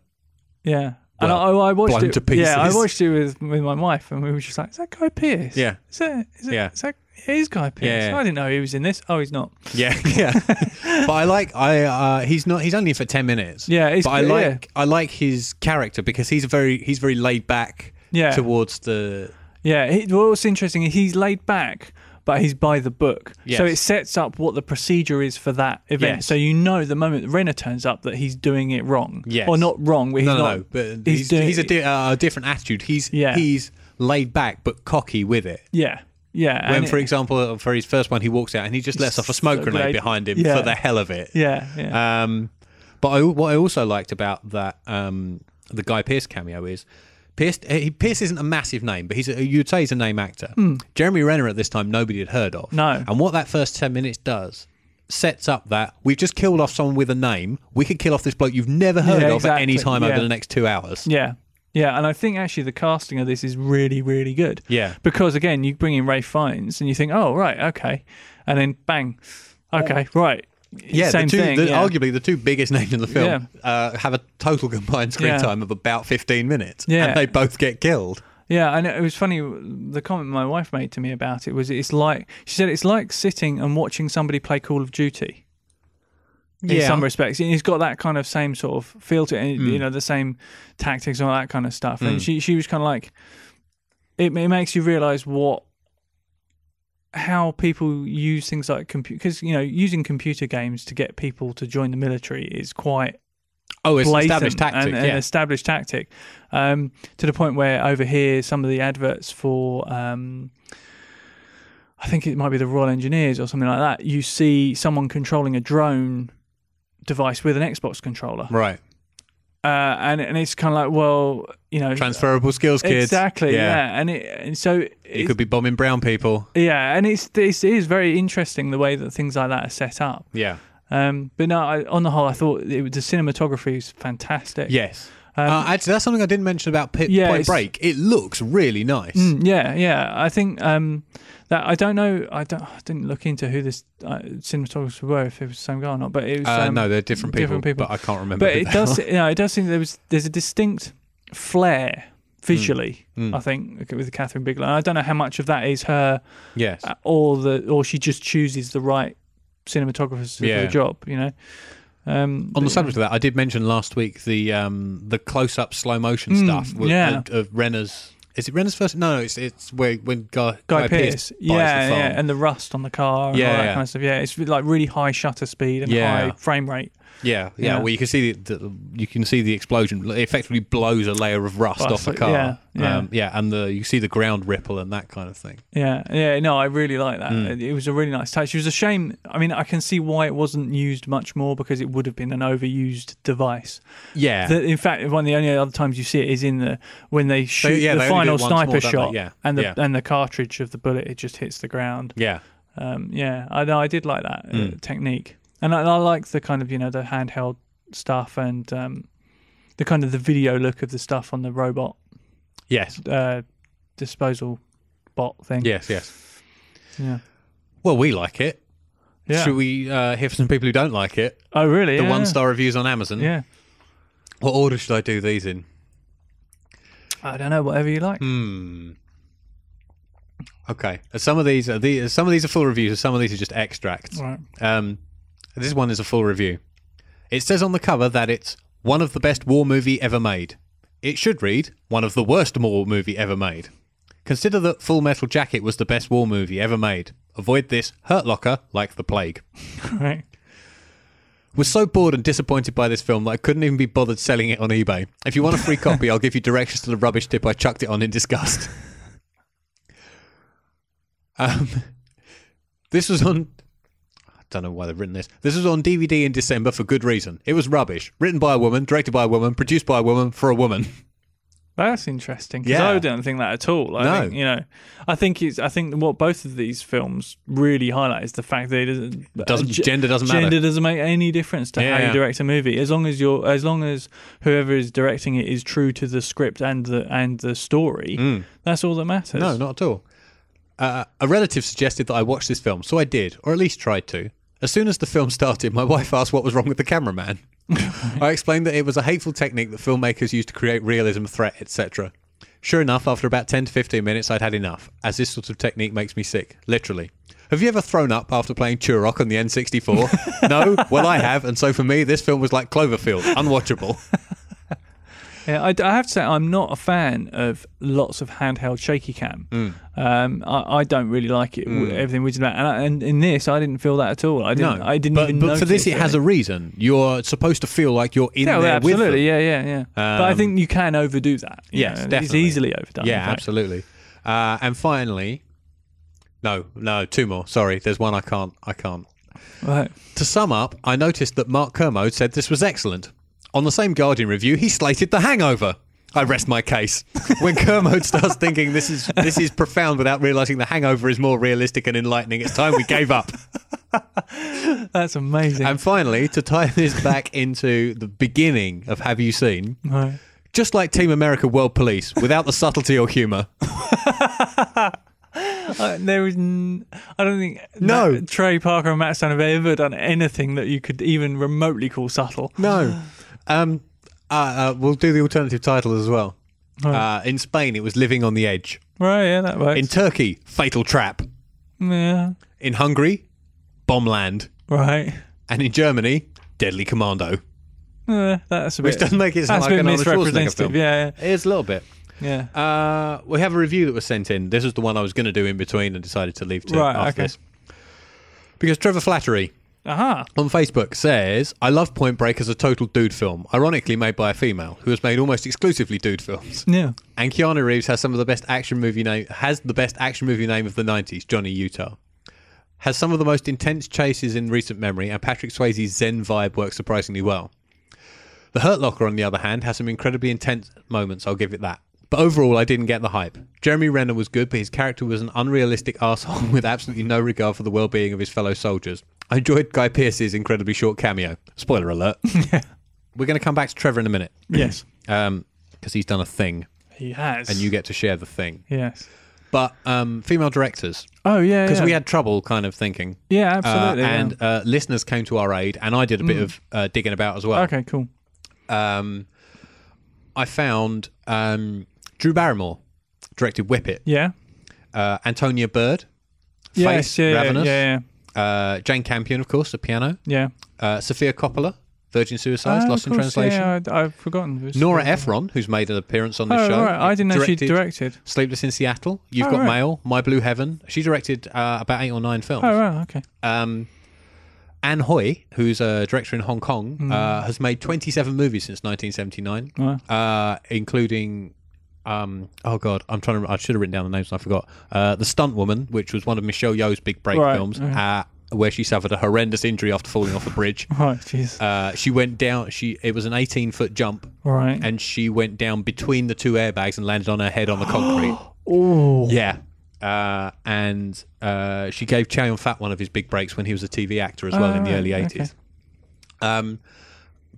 Speaker 2: yeah. And I,
Speaker 1: well,
Speaker 2: I watched
Speaker 1: blown
Speaker 2: it.
Speaker 1: to pieces.
Speaker 2: Yeah, I watched it with with my wife, and we were just like, "Is that Guy Pearce?
Speaker 1: Yeah.
Speaker 2: is that? Is that,
Speaker 1: Yeah.
Speaker 2: is that? It is Guy Pearce.
Speaker 1: Yeah.
Speaker 2: I didn't know he was in this. Oh, he's not.
Speaker 1: yeah yeah. but I like I uh, he's not he's only in for ten minutes.
Speaker 2: Yeah, it's
Speaker 1: but I
Speaker 2: good,
Speaker 1: like
Speaker 2: yeah.
Speaker 1: I like his character because he's a very he's very laid back.
Speaker 2: Yeah.
Speaker 1: Towards the
Speaker 2: Yeah. He, well, what's interesting is he's laid back, but he's by the book. So
Speaker 1: Yes.
Speaker 2: it sets up what the procedure is for that event.
Speaker 1: Yes.
Speaker 2: So you know the moment Renner turns up that he's doing it wrong.
Speaker 1: Yes.
Speaker 2: Or not wrong, but he's
Speaker 1: no no,
Speaker 2: not.
Speaker 1: no but
Speaker 2: he's
Speaker 1: he's he's,
Speaker 2: doing-
Speaker 1: a di- uh, a different attitude. He's
Speaker 2: Yeah.
Speaker 1: he's laid back but cocky with it.
Speaker 2: Yeah. Yeah.
Speaker 1: When,
Speaker 2: and
Speaker 1: for
Speaker 2: it-
Speaker 1: example, for his first one, he walks out and he just lets off a smoke
Speaker 2: so
Speaker 1: grenade
Speaker 2: great.
Speaker 1: behind him
Speaker 2: Yeah.
Speaker 1: for the hell of it.
Speaker 2: Yeah. Yeah.
Speaker 1: Um, but I, what I also liked about that um, the Guy Pierce cameo is Pierce. He, Pierce isn't a massive name, but he's a, you'd say he's a name actor. Jeremy Renner at this time nobody had heard of.
Speaker 2: Hmm. No.
Speaker 1: And what that first ten minutes does sets up that we've just killed off someone with a name. We could kill off this bloke you've never heard
Speaker 2: Yeah,
Speaker 1: of at any
Speaker 2: exactly.
Speaker 1: time over
Speaker 2: Yeah.
Speaker 1: the next two hours.
Speaker 2: Yeah. Yeah, and I think actually the casting of this is really, really good.
Speaker 1: Yeah.
Speaker 2: Because again, you bring in Ray Fiennes and you think, oh, right, okay. And then bang, okay, right.
Speaker 1: Oh. Yeah,
Speaker 2: Same
Speaker 1: the two,
Speaker 2: thing.
Speaker 1: the,
Speaker 2: yeah.
Speaker 1: arguably the two biggest names in the film uh, have a total combined screen
Speaker 2: Yeah.
Speaker 1: time of about 15 minutes.
Speaker 2: Yeah.
Speaker 1: And they both get killed.
Speaker 2: Yeah, and it was funny. The comment my wife made to me about it was, "It's like," she said, "It's like sitting and watching somebody play Call of Duty." In
Speaker 1: Yeah.
Speaker 2: some respects, and it's got that kind of same sort of feel to it, and, you know, the same tactics and all that kind of stuff. And she she was kind of like, it, it makes you realize what how people use things like computer because you know using computer games to get people to join the military is quite
Speaker 1: Oh, it's an
Speaker 2: blatant
Speaker 1: established tactic.
Speaker 2: and, and
Speaker 1: yeah.
Speaker 2: established tactic um, to the point where over here some of the adverts for um, I think it might be the Royal Engineers or something like that. You see someone controlling a drone device with an Xbox controller,
Speaker 1: right.
Speaker 2: uh, and and it's kind of like, well, you know,
Speaker 1: transferable skills, kids.
Speaker 2: exactly, yeah. and it and so
Speaker 1: You
Speaker 2: it
Speaker 1: could be bombing brown people.
Speaker 2: yeah, and it's this is very interesting the way that things like that are set up.
Speaker 1: Yeah.
Speaker 2: Um, but no, I, on the whole, I thought it, was- the cinematography is fantastic.
Speaker 1: Yes. uh, actually, that's something I didn't mention about P-
Speaker 2: Um, Yeah,
Speaker 1: Point
Speaker 2: it's-
Speaker 1: Break. It looks really nice. Uh,
Speaker 2: Mm, yeah, yeah. I think um, that I don't know. I don't. I didn't look into who this uh, cinematographers were, if it was the same guy or not. But it was.
Speaker 1: Uh,
Speaker 2: um,
Speaker 1: no, they're different people,
Speaker 2: different people.
Speaker 1: but I can't remember.
Speaker 2: but
Speaker 1: who
Speaker 2: it
Speaker 1: they
Speaker 2: does.
Speaker 1: are.
Speaker 2: You know, it does seem there was. There's a distinct flair visually.
Speaker 1: Mm,
Speaker 2: I think with Catherine Bigelow. And I don't know how much of that is her
Speaker 1: Yes.
Speaker 2: uh, or the or she just chooses the right cinematographers for
Speaker 1: Yeah.
Speaker 2: the job. You know. Um,
Speaker 1: On the subject of that, I did mention last week the um, the close up slow motion stuff with,
Speaker 2: Mm,
Speaker 1: uh,
Speaker 2: yeah.
Speaker 1: of, of Renner's. Is it Renner's first? No, no, it's it's where when Guy,
Speaker 2: Guy,
Speaker 1: Pearce
Speaker 2: Pearce,
Speaker 1: buys
Speaker 2: yeah,
Speaker 1: the farm.
Speaker 2: yeah, and the rust on the car, and
Speaker 1: Yeah,
Speaker 2: all that
Speaker 1: yeah.
Speaker 2: kind of stuff. Yeah, it's like really high shutter speed and
Speaker 1: Yeah.
Speaker 2: high frame rate.
Speaker 1: Yeah, yeah.
Speaker 2: Yeah.
Speaker 1: Well, you can see the, the you can see the explosion. It effectively blows a layer of rust
Speaker 2: Rust,
Speaker 1: off the
Speaker 2: like-
Speaker 1: car.
Speaker 2: yeah, yeah.
Speaker 1: Um, yeah, and the you see the ground ripple and that kind of thing.
Speaker 2: Yeah, yeah, no, I really like
Speaker 1: Hmm.
Speaker 2: that. It- It was a really nice touch. It was a shame. I mean, I can see why it wasn't used much more because it would have been an overused device.
Speaker 1: Yeah,
Speaker 2: The- in fact, one of the only other times you see it is in the when they shoot
Speaker 1: yeah,
Speaker 2: the
Speaker 1: they only do
Speaker 2: final
Speaker 1: it once more,
Speaker 2: sniper
Speaker 1: don't they?
Speaker 2: shot,
Speaker 1: Yeah,
Speaker 2: and the
Speaker 1: yeah.
Speaker 2: and the cartridge of the bullet it just hits the ground.
Speaker 1: yeah,
Speaker 2: Um, yeah, I know I did like that
Speaker 1: Hmm.
Speaker 2: uh, technique, and I, I like the kind of you know the handheld stuff and um, the kind of the video look of the stuff on the robot
Speaker 1: yes,
Speaker 2: uh, disposal bot thing.
Speaker 1: yes, yes.
Speaker 2: yeah.
Speaker 1: Well, we like it.
Speaker 2: Yeah.
Speaker 1: Should we uh, hear from some people who don't like it?
Speaker 2: Oh, really?
Speaker 1: The
Speaker 2: yeah.
Speaker 1: one star reviews on Amazon.
Speaker 2: Yeah.
Speaker 1: What order should I do these in?
Speaker 2: I don't know. Whatever you like.
Speaker 1: Hmm. Okay, some of these are the some of these are full reviews, and some of these are just extracts.
Speaker 2: Right.
Speaker 1: Um, this one is a full review. It says on the cover that it's one of the best war movie ever made. It should read one of the worst war movie ever made. Consider that Full Metal Jacket was the best war movie ever made. Avoid this Hurt Locker like the plague.
Speaker 2: Right.
Speaker 1: Was so bored and disappointed by this film that I couldn't even be bothered selling it on eBay. If you want a free copy, I'll give you directions to the rubbish tip I chucked it on in disgust. Um, this was on. I don't know why they've written this. This was on DVD in December for good reason. It was rubbish. Written by a woman, directed by a woman, produced by a woman, for a woman.
Speaker 2: That's interesting. 'cause
Speaker 1: Yeah.
Speaker 2: I don't think that at all. I
Speaker 1: No.
Speaker 2: think, you know, I think it's. I think what both of these films really highlight is the fact that it doesn't, uh,
Speaker 1: Doesn't-
Speaker 2: ge-
Speaker 1: gender doesn't matter.
Speaker 2: Gender doesn't make any difference to how
Speaker 1: Yeah.
Speaker 2: you direct a movie, as long as you're, as long as whoever is directing it is true to the script and the and the story. That's all that matters.
Speaker 1: Hmm. No, not at all. Uh, a relative suggested that I watch this film, so I did, or at least tried to. As soon as the film started, my wife asked what was wrong with the cameraman. I explained that it was a hateful technique that filmmakers use to create realism, threat, etc. Sure enough, after about 10 to 15 minutes, I'd had enough, as this sort of technique makes me sick, literally. Have you ever thrown up after playing Turok on the N64? no? Well, I have, and so for me, this film was like Cloverfield, unwatchable.
Speaker 2: Yeah, Uh, I, I have to say I'm not a fan of lots of handheld shaky cam.
Speaker 1: Mm.
Speaker 2: Um, I, I don't really like it. w Everything we did about, and, I, and in this, I didn't feel that at all. I
Speaker 1: No,
Speaker 2: didn't. I didn't
Speaker 1: but,
Speaker 2: even.
Speaker 1: but for this, it
Speaker 2: notice
Speaker 1: has a reason. You're supposed to feel like you're in
Speaker 2: Yeah, well,
Speaker 1: there with them.
Speaker 2: absolutely. Yeah, yeah, yeah. but I
Speaker 1: Um,
Speaker 2: think you can overdo that. you
Speaker 1: yes,
Speaker 2: know, It's
Speaker 1: definitely.
Speaker 2: easily overdone. in
Speaker 1: Yeah,
Speaker 2: fact.
Speaker 1: absolutely. Uh, and finally, no, no, two more. Sorry, there's one I can't. I can't.
Speaker 2: Right.
Speaker 1: To sum up, I noticed that Mark Kermode said this was excellent. On the same Guardian review, he slated The Hangover. I rest my case. When Kermode starts thinking this is this is profound without realizing The Hangover is more realistic and enlightening, it's time we gave up.
Speaker 2: That's amazing.
Speaker 1: And finally, to tie this back into the beginning of Have You Seen?
Speaker 2: Right.
Speaker 1: Just like Team America World Police, without the subtlety or humor.
Speaker 2: Uh, there is, n- I don't think
Speaker 1: No.
Speaker 2: that Trey Parker and Matt Stone have ever done anything that you could even remotely call subtle.
Speaker 1: No.
Speaker 2: Ah.
Speaker 1: Um, uh, uh, we'll do the alternative title as well. Uh, in Spain, it was Living on the Edge.
Speaker 2: Right? Yeah, that works.
Speaker 1: In Turkey, Fatal Trap.
Speaker 2: yeah.
Speaker 1: In Hungary, Bombland.
Speaker 2: Right.
Speaker 1: And in Germany, Deadly Commando.
Speaker 2: Yeah, that's a bit.
Speaker 1: Which doesn't make it sound
Speaker 2: that's
Speaker 1: like
Speaker 2: a bit
Speaker 1: an Arnold Schwarzenegger
Speaker 2: misrepresentative.
Speaker 1: film.
Speaker 2: Yeah,
Speaker 1: It is a little bit.
Speaker 2: yeah. yeah.
Speaker 1: Uh, we have a review that was sent in. This is the one I was going to do in between and decided to leave to
Speaker 2: Right,
Speaker 1: after
Speaker 2: okay.
Speaker 1: this. Because Trevor Flattery
Speaker 2: Aha.
Speaker 1: on Facebook says, I love Point Break as a total dude film, ironically made by a female who has made almost exclusively dude films.
Speaker 2: Yeah.
Speaker 1: And Keanu Reeves has some of the best action movie name has the best action movie name of the nineties, Johnny Utah. Has some of the most intense chases in recent memory, and Patrick Swayze's Zen vibe works surprisingly well. The Hurt Locker, on the other hand, has some incredibly intense moments, I'll give it that. But overall, I didn't get the hype. Jeremy Renner was good, but his character was an unrealistic asshole with absolutely no regard for the well being of his fellow soldiers. I enjoyed Guy Pearce's incredibly short cameo. Spoiler alert. We're going to come back to Trevor in a minute
Speaker 2: Yes.
Speaker 1: because he's done a thing
Speaker 2: He has.
Speaker 1: and you get to share the thing.
Speaker 2: Yes.
Speaker 1: But um, female directors,
Speaker 2: Oh yeah.
Speaker 1: because
Speaker 2: yeah.
Speaker 1: we had trouble kind of thinking.
Speaker 2: Yeah,
Speaker 1: Uh,
Speaker 2: absolutely. yeah. Mm.
Speaker 1: and uh, listeners came to our aid, and I did a bit of uh, digging about as well.
Speaker 2: okay, cool.
Speaker 1: Um, I found um, Drew Barrymore directed Whip It,
Speaker 2: Yeah.
Speaker 1: uh, Antonia Bird,
Speaker 2: Yes.
Speaker 1: Face,
Speaker 2: yeah, yeah,
Speaker 1: Ravenous,
Speaker 2: yeah.
Speaker 1: Uh, Jane Campion, of course, the piano,
Speaker 2: Yeah.
Speaker 1: uh, Sophia Coppola, Virgin Suicides,
Speaker 2: Oh,
Speaker 1: Lost
Speaker 2: of
Speaker 1: in
Speaker 2: course,
Speaker 1: Translation.
Speaker 2: Yeah, I, I've forgotten. It's-
Speaker 1: Nora Ephron, who's made an appearance on the
Speaker 2: Oh,
Speaker 1: show.
Speaker 2: right. I didn't know she
Speaker 1: directed
Speaker 2: directed.
Speaker 1: Sleepless in Seattle. You've
Speaker 2: Oh,
Speaker 1: got
Speaker 2: right.
Speaker 1: Mail, My Blue Heaven. She directed uh, about eight or nine films.
Speaker 2: Oh, right. Okay.
Speaker 1: Um, Anne Hoy, who's a director in Hong Kong, uh, has made 27 movies since 1979, uh, including. Um, oh God, I'm trying to. I should have written down the names. and I forgot. Uh, the Stunt Woman, which was one of Michelle Yeoh's big break
Speaker 2: Right,
Speaker 1: films, uh, where she suffered a horrendous injury after falling off a bridge.
Speaker 2: Right. Jeez.
Speaker 1: Uh, she went down. She it was an 18 foot jump,
Speaker 2: right.
Speaker 1: and she went down between the two airbags and landed on her head on the concrete.
Speaker 2: oh.
Speaker 1: Yeah. Uh, and uh, she gave Chow Yun Fat one of his big breaks when he was a TV actor as well in the
Speaker 2: right,
Speaker 1: early
Speaker 2: Oh, okay.
Speaker 1: 80s. Um,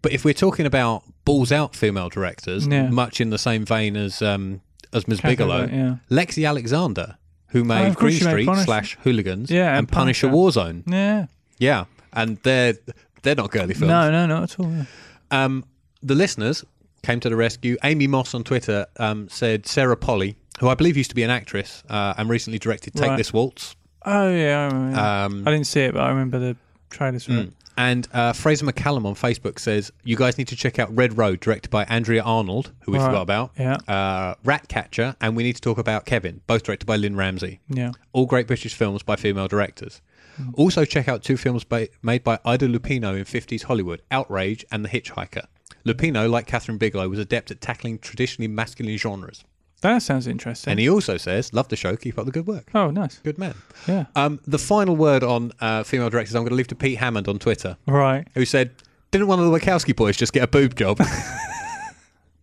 Speaker 1: but if we're talking about balls out female directors,
Speaker 2: Yeah.
Speaker 1: much in the same vein as um, as Ms.
Speaker 2: Catherine,
Speaker 1: Bigelow,
Speaker 2: yeah. Oh,
Speaker 1: Lexi Alexander, who made
Speaker 2: of course
Speaker 1: Green
Speaker 2: she made
Speaker 1: Street
Speaker 2: Punisher.
Speaker 1: slash Hooligans
Speaker 2: Yeah,
Speaker 1: and,
Speaker 2: and
Speaker 1: Punisher
Speaker 2: Punisher.
Speaker 1: Warzone.
Speaker 2: Yeah.
Speaker 1: Yeah. And they're, they're not girly films.
Speaker 2: No, no, not at all. yeah.
Speaker 1: Um, the listeners came to the rescue. Amy Moss on Twitter um, said Sarah Polly, who I believe used to be an actress uh, and recently directed Take
Speaker 2: Right.
Speaker 1: This Waltz.
Speaker 2: Oh yeah. I, remember, yeah.
Speaker 1: Um,
Speaker 2: I didn't see it, but I remember the trailers for it.
Speaker 1: And uh, Fraser McCallum on Facebook says, You guys need to check out Red Road, directed by Andrea Arnold, who we
Speaker 2: Right.
Speaker 1: forgot about.
Speaker 2: Yeah.
Speaker 1: Uh, Ratcatcher, and we need to talk about Kevin, both directed by Lynn Ramsey.
Speaker 2: Yeah.
Speaker 1: All great British films by female directors.
Speaker 2: Hmm.
Speaker 1: Also, check out two films by, made by Ida Lupino in 50s Hollywood Outrage and The Hitchhiker. Lupino, like Catherine Bigelow, was adept at tackling traditionally masculine genres.
Speaker 2: That sounds interesting.
Speaker 1: And he also says, Love the show, keep up the good work.
Speaker 2: oh, nice.
Speaker 1: Good man.
Speaker 2: Yeah.
Speaker 1: Um, the final word on uh, female directors, I'm going to leave to Pete Hammond on Twitter,
Speaker 2: Right.
Speaker 1: who said, Didn't one of the Wachowski boys just get a boob job?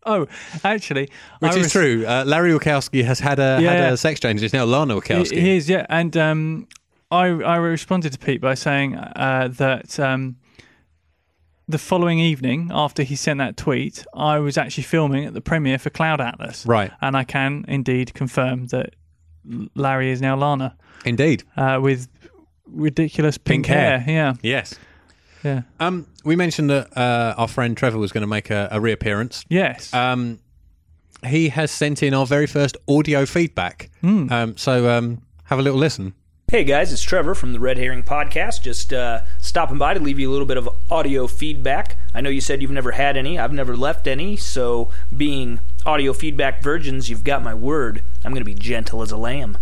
Speaker 2: Oh, actually,
Speaker 1: Which
Speaker 2: I
Speaker 1: is
Speaker 2: was-
Speaker 1: true. Uh, Larry Wachowski has had a, had
Speaker 2: Yeah.
Speaker 1: a sex change. It's now Lana
Speaker 2: He-
Speaker 1: Wachowski.
Speaker 2: He is, yeah. And um, I I responded to Pete by saying uh, that um, the following evening after he sent that tweet, I was actually filming at the premiere for Cloud Atlas.
Speaker 1: Right.
Speaker 2: And I can indeed confirm that Larry is now Lana
Speaker 1: Indeed.
Speaker 2: uh, with ridiculous pink,
Speaker 1: Pink hair.
Speaker 2: Yeah,
Speaker 1: Yes.
Speaker 2: yeah.
Speaker 1: Um, we mentioned that uh, our friend Trevor was going to make a, a reappearance.
Speaker 2: Yes.
Speaker 1: Um, he has sent in our very first audio feedback.
Speaker 2: Hmm.
Speaker 1: Um, so um, have a little listen.
Speaker 3: Hey guys, it's Trevor from the Red Herring Podcast. Just uh, stopping by to leave you a little bit of audio feedback. I know you said you've never had any, I've never left any, so being audio feedback virgins, you've got my word. I'm going to be gentle as a lamb.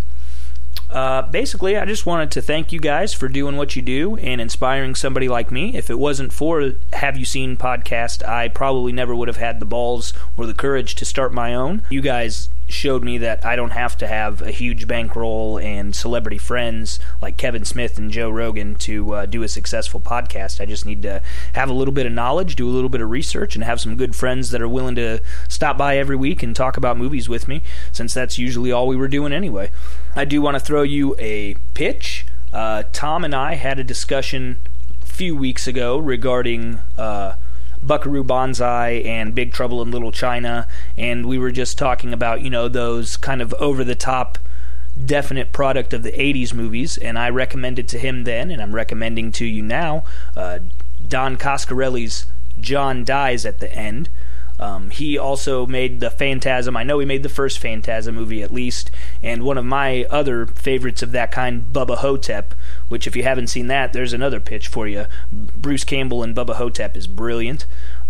Speaker 3: Uh, basically, I just wanted to thank you guys for doing what you do and inspiring somebody like me. If it wasn't for Have You Seen podcast, I probably never would have had the balls or the courage to start my own. You guys showed me that I don't have to have a huge bankroll and celebrity friends like Kevin Smith and Joe Rogan to uh, do a successful podcast. I just need to have a little bit of knowledge, do a little bit of research, and have some good friends that are willing to stop by every week and talk about movies with me, since that's usually all we were doing anyway. I do want to throw you a pitch. Uh, Tom and I had a discussion a few weeks ago regarding uh, Buckaroo Banzai and Big Trouble in Little China, and we were just talking about, you know, those kind of over the top definite product of the 80s movies, and I recommended to him then, and I'm recommending to you now, uh, Don Coscarelli's John Dies at the End. Um, he also made the Phantasm. I know he made the first Phantasm movie at least, and one of my other favorites of that kind, Bubba Hotep. Which, if you haven't seen that, there's another pitch for you. Bruce Campbell and Bubba Hotep is brilliant,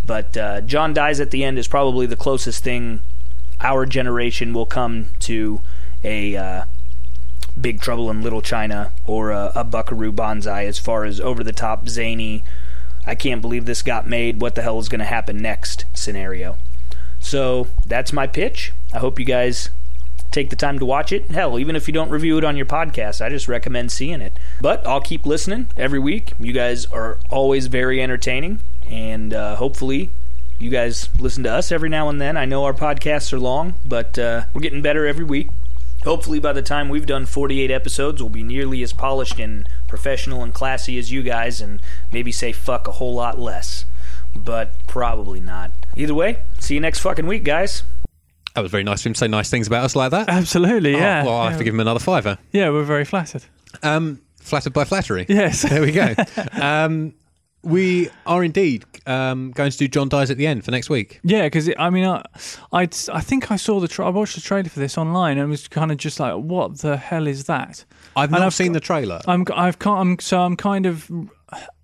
Speaker 3: but uh, John Dies at the End is probably the closest thing our generation will come to a uh, Big Trouble in Little China or a, a Buckaroo Banzai as far as over the top zany. I can't believe this got made. What the hell is going to happen next scenario? So that's my pitch. I hope you guys take the time to watch it. Hell, even if you don't review it on your podcast, I just recommend seeing it. But I'll keep listening every week. You guys are always very entertaining, and uh, hopefully, you guys listen to us every now and then. I know our podcasts are long, but uh, we're getting better every week. Hopefully, by the time we've done 48 episodes, we'll be nearly as polished and professional and classy as you guys, and maybe say fuck a whole lot less. But probably not. Either way, see you next fucking week, guys.
Speaker 1: That was very nice of him to say nice things about us like that.
Speaker 2: Absolutely.
Speaker 1: Oh,
Speaker 2: Yeah.
Speaker 1: well, I
Speaker 2: yeah.
Speaker 1: have to give him another fiver.
Speaker 2: Yeah, we're very flattered.
Speaker 1: Um, flattered by flattery.
Speaker 2: Yes.
Speaker 1: There we go. um, we are indeed um, going to do John Dies at the end for next week.
Speaker 2: Yeah, because I mean, I, I'd, I think I saw the tra- I watched the trailer for this online and was kind of just like, what the hell is that?
Speaker 1: I've
Speaker 2: And
Speaker 1: not
Speaker 2: I've
Speaker 1: seen
Speaker 2: got-
Speaker 1: the trailer.
Speaker 2: I'm, I've can't, I'm, so I'm kind of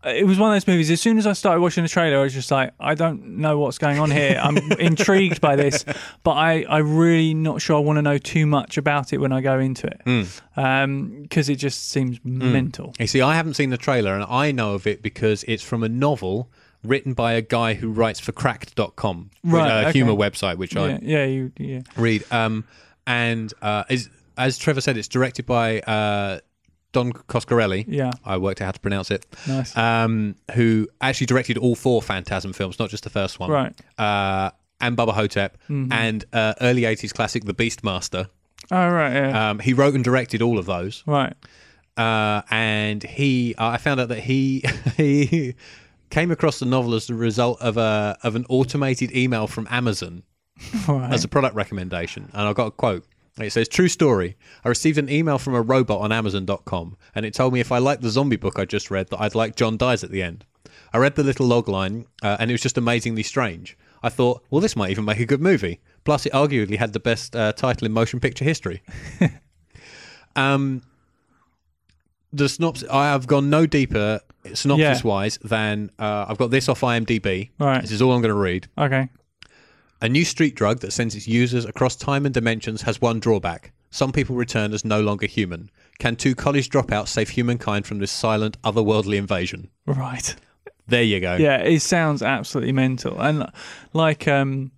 Speaker 2: it was one of those movies. As soon as I started watching the trailer, I was just like, I don't know what's going on here. I'm intrigued by this, but I, I really not sure I want to know too much about it when I go into it, because it just seems mental.
Speaker 1: You see, I haven't seen the trailer and I know of it because it's from a novel written by a guy who writes for cracked.com,
Speaker 2: Right,
Speaker 1: a
Speaker 2: okay.
Speaker 1: humor website, which
Speaker 2: Yeah,
Speaker 1: I
Speaker 2: yeah, you, yeah.
Speaker 1: read. Um, and uh, is, as Trevor said, it's directed by uh, Don Coscarelli.
Speaker 2: Yeah.
Speaker 1: I worked out how to pronounce it.
Speaker 2: Nice.
Speaker 1: Um, who actually directed all four Phantasm films, not just the first one.
Speaker 2: Right.
Speaker 1: Uh, and Bubba Hotep and uh, early 80s classic The Beastmaster.
Speaker 2: Oh right, yeah,
Speaker 1: Um, he wrote and directed all of those.
Speaker 2: right.
Speaker 1: Uh, and he, I found out that he, he came across the novel as the result of a of an automated email from Amazon
Speaker 2: Right.
Speaker 1: as a product recommendation, and I got a quote. And It says, "True story. I received an email from a robot on Amazon.com, and it told me if I liked the zombie book I just read, that I'd like John dies at the end. I read the little log line, uh, and it was just amazingly strange. I thought, well, this might even make a good movie. Plus, it arguably had the best uh, title in motion picture history. um, the synopsis. I have gone no deeper synopsis-wise than uh, I've got this off IMDb.
Speaker 2: Right.
Speaker 1: This is all I'm going to read.
Speaker 2: okay.
Speaker 1: A new street drug that sends its users across time and dimensions has one drawback. Some people return as no longer human. Can two college dropouts save humankind from this silent, otherworldly invasion?
Speaker 2: Right.
Speaker 1: There you go.
Speaker 2: Yeah, it sounds absolutely mental. And like um,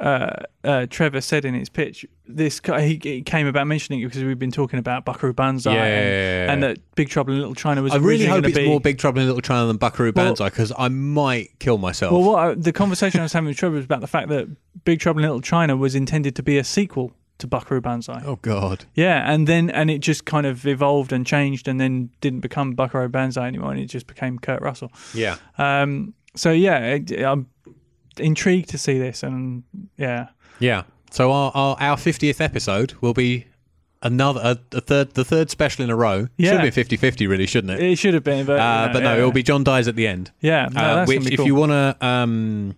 Speaker 2: uh, uh, Trevor said in his pitch, this ca- he, he came about mentioning it because we've been talking about Buckaroo Banzai
Speaker 1: Yeah.
Speaker 2: and, and that Big Trouble in Little China was
Speaker 1: I really
Speaker 2: originally
Speaker 1: hope
Speaker 2: gonna
Speaker 1: it's
Speaker 2: be,
Speaker 1: more Big Trouble in Little China than Buckaroo
Speaker 2: Well-
Speaker 1: Banzai because I might kill myself.
Speaker 2: Well, what I, the conversation I was having with Trevor was about the fact that Big Trouble in Little China was intended to be a sequel to Buckaroo Banzai.
Speaker 1: oh God!
Speaker 2: Yeah, and then and it just kind of evolved and changed, and then didn't become Buckaroo Banzai anymore, and it just became Kurt Russell.
Speaker 1: Yeah,
Speaker 2: Um, so yeah, it, I'm intrigued to see this, and yeah,
Speaker 1: yeah. So our our- our fiftieth episode will be another a, a third the third special in a row.
Speaker 2: Yeah.
Speaker 1: Should be 50-50 really, shouldn't it?
Speaker 2: it should have been, but
Speaker 1: uh,
Speaker 2: you know,
Speaker 1: but no,
Speaker 2: yeah.
Speaker 1: it'll be John dies at the end.
Speaker 2: yeah. No,
Speaker 1: uh,
Speaker 2: that's
Speaker 1: which,
Speaker 2: gonna be
Speaker 1: if
Speaker 2: cool.
Speaker 1: you want to um,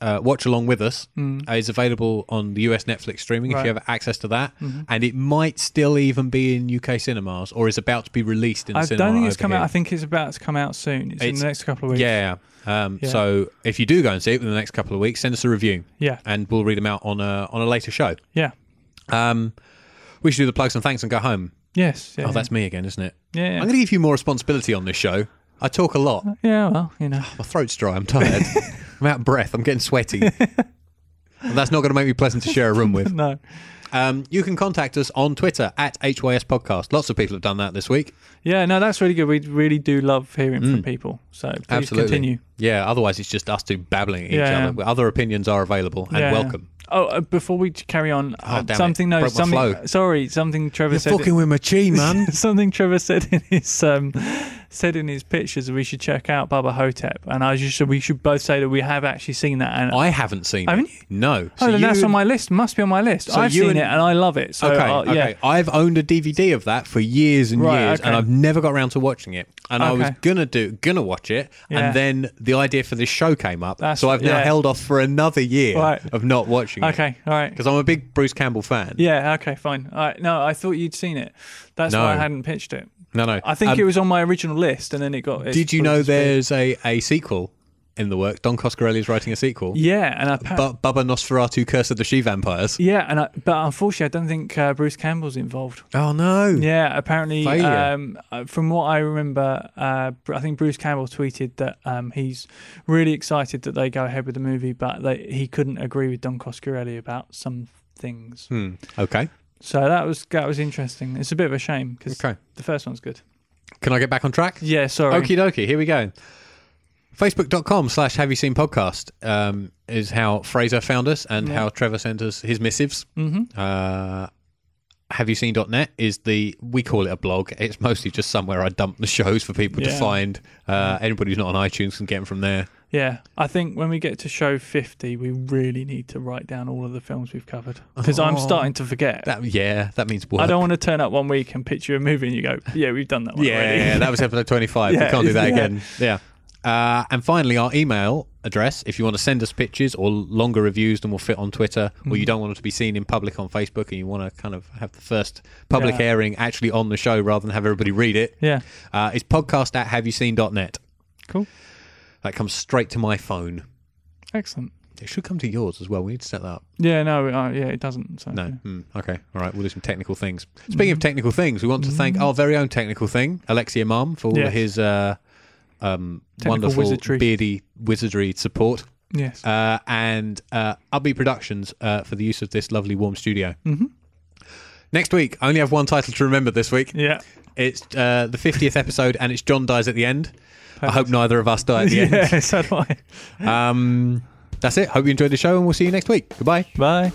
Speaker 1: uh, watch along with us, uh, is available on the US Netflix streaming if
Speaker 2: Mm. Right. Mm-hmm.
Speaker 1: you have access to that. And it might still even be in UK cinemas or is about to be released in the
Speaker 2: I
Speaker 1: cinema.
Speaker 2: don't think it's
Speaker 1: over
Speaker 2: come out.
Speaker 1: here.
Speaker 2: I think it's about to come out soon. It's, in
Speaker 1: It's-
Speaker 2: the next couple of weeks.
Speaker 1: yeah. yeah. Um,
Speaker 2: Yeah.
Speaker 1: So if you do go and see it in the next couple of weeks, send us a review
Speaker 2: yeah,
Speaker 1: and we'll read them out on a, on a later show.
Speaker 2: yeah.
Speaker 1: Um, we should do the plugs and thanks and go home.
Speaker 2: Yes. Yeah,
Speaker 1: Oh, that's me again, isn't it?
Speaker 2: yeah. Yeah.
Speaker 1: I'm going to give you more responsibility on this show. I talk a lot.
Speaker 2: yeah. Well, you know.
Speaker 1: My throat's dry. I'm tired. I'm out of breath. I'm getting sweaty. and that's not going to make me pleasant to share a room with.
Speaker 2: No.
Speaker 1: Um, you can contact us on Twitter at HYS Podcast. Lots of people have done that this week.
Speaker 2: Yeah. No, that's really good. We really do love hearing from people. So please
Speaker 1: Mm. Absolutely.
Speaker 2: continue.
Speaker 1: Yeah, otherwise it's just us two babbling at each
Speaker 2: Yeah.
Speaker 1: other. Other opinions are available and
Speaker 2: Yeah.
Speaker 1: welcome. Oh,
Speaker 2: Oh, uh, before we carry on, uh,
Speaker 1: damn it.
Speaker 2: something no,
Speaker 1: Broke my
Speaker 2: something.
Speaker 1: flow.
Speaker 2: Sorry, something Trevor said.
Speaker 1: with my chi, man.
Speaker 2: something Trevor said in his um, said in his pictures that we should check out Baba Hotep, and I just we should both say that we have actually seen that. And
Speaker 1: I haven't seen
Speaker 2: Haven't
Speaker 1: it.
Speaker 2: you?
Speaker 1: No.
Speaker 2: oh, then that's
Speaker 1: you-
Speaker 2: on my list. Must be on my list.
Speaker 1: So
Speaker 2: I've
Speaker 1: you
Speaker 2: seen
Speaker 1: and-
Speaker 2: it and I love it. So uh,
Speaker 1: Okay,
Speaker 2: I'll- yeah,
Speaker 1: uh, okay. I've owned a DVD of that for years and
Speaker 2: Right,
Speaker 1: years, and
Speaker 2: okay.
Speaker 1: I've never got around to watching it. And I was
Speaker 2: Okay.
Speaker 1: gonna do, gonna watch it,
Speaker 2: Yeah.
Speaker 1: and then the idea for this show came up.
Speaker 2: That's-
Speaker 1: so I've now
Speaker 2: yeah.
Speaker 1: held off for another year
Speaker 2: Right.
Speaker 1: of not watching it
Speaker 2: okay, all right.
Speaker 1: because I'm a big Bruce Campbell fan.
Speaker 2: Yeah, okay, fine. All right. No, I thought you'd seen it. That's
Speaker 1: No.
Speaker 2: why I hadn't pitched it.
Speaker 1: No, no.
Speaker 2: I think
Speaker 1: Um,
Speaker 2: it was on my original list, and then it got. it's
Speaker 1: Did you know
Speaker 2: brought to speed.
Speaker 1: there's a, a sequel in the work? Don Coscarelli is writing a sequel.
Speaker 2: Yeah, and I. pa-
Speaker 1: Bu- Bubba Nosferatu, Curse of the She Vampires.
Speaker 2: yeah, and I, but unfortunately, I don't think uh, Bruce Campbell's involved.
Speaker 1: Oh no!
Speaker 2: Yeah, apparently,
Speaker 1: Failure.
Speaker 2: um, uh, from what I remember, uh, Br- I think Bruce Campbell tweeted that um, he's really excited that they go ahead with the movie, but they, he couldn't agree with Don Coscarelli about some things.
Speaker 1: Hmm. Okay.
Speaker 2: So that was that was interesting. It's a bit of a shame because
Speaker 1: Okay.
Speaker 2: the first one's good.
Speaker 1: Can I get back on track?
Speaker 2: Yeah, sorry.
Speaker 1: Okie dokie, here we go. Facebook.com slash have you seen podcast um, is how Fraser found us and how Trevor sent us his missives. Mm-hmm. Uh, have you seen.net is the, we call it a blog. It's mostly just somewhere I dump the shows for people to
Speaker 2: Yeah.
Speaker 1: find. Uh, anybody who's not on iTunes can get them from there.
Speaker 2: Yeah, I think when we get to show fifty, we really need to write down all of the films we've covered because I'm starting to forget.
Speaker 1: Oh. That Yeah, that means work.
Speaker 2: I don't want to turn up one week and pitch you a movie and you go, "Yeah, we've done that one already."
Speaker 1: Yeah, that was episode 25. we
Speaker 2: Yeah,
Speaker 1: can't do that
Speaker 2: yeah.
Speaker 1: again. Yeah. Uh, and finally, our email address. If you want to send us pictures or longer reviews than will fit on Twitter, or
Speaker 2: Mm-hmm.
Speaker 1: you don't want them to be seen in public on Facebook and you want to kind of have the first public
Speaker 2: Yeah.
Speaker 1: airing actually on the show rather than have everybody read it,
Speaker 2: yeah.
Speaker 1: uh, it's podcast at haveyouseen.net.
Speaker 2: Cool.
Speaker 1: That comes straight to my phone.
Speaker 2: Excellent.
Speaker 1: It should come to yours as well. We need to set that up.
Speaker 2: Yeah, no, uh, yeah, it doesn't. So,
Speaker 1: No.
Speaker 2: yeah. Mm.
Speaker 1: Hmm. okay. All right. We'll do some technical things. Speaking of technical things, we want to thank our very own technical thing, Alexia Mom, for all
Speaker 2: Yes.
Speaker 1: of his uh, um,
Speaker 2: Technical
Speaker 1: wonderful
Speaker 2: wizardry.
Speaker 1: beardy wizardry support.
Speaker 2: Yes.
Speaker 1: Uh, and uh, Ubby Productions uh, for the use of this lovely warm studio. Mm-hmm. Next week, I only have one title to remember this week.
Speaker 2: yeah.
Speaker 1: It's uh, the 50th episode, and it's John dies at the end. I hope neither of us die at the end.
Speaker 2: Yeah, so do I.
Speaker 1: Um, that's it. Hope you enjoyed the show, and we'll see you next week. Goodbye.
Speaker 2: Bye.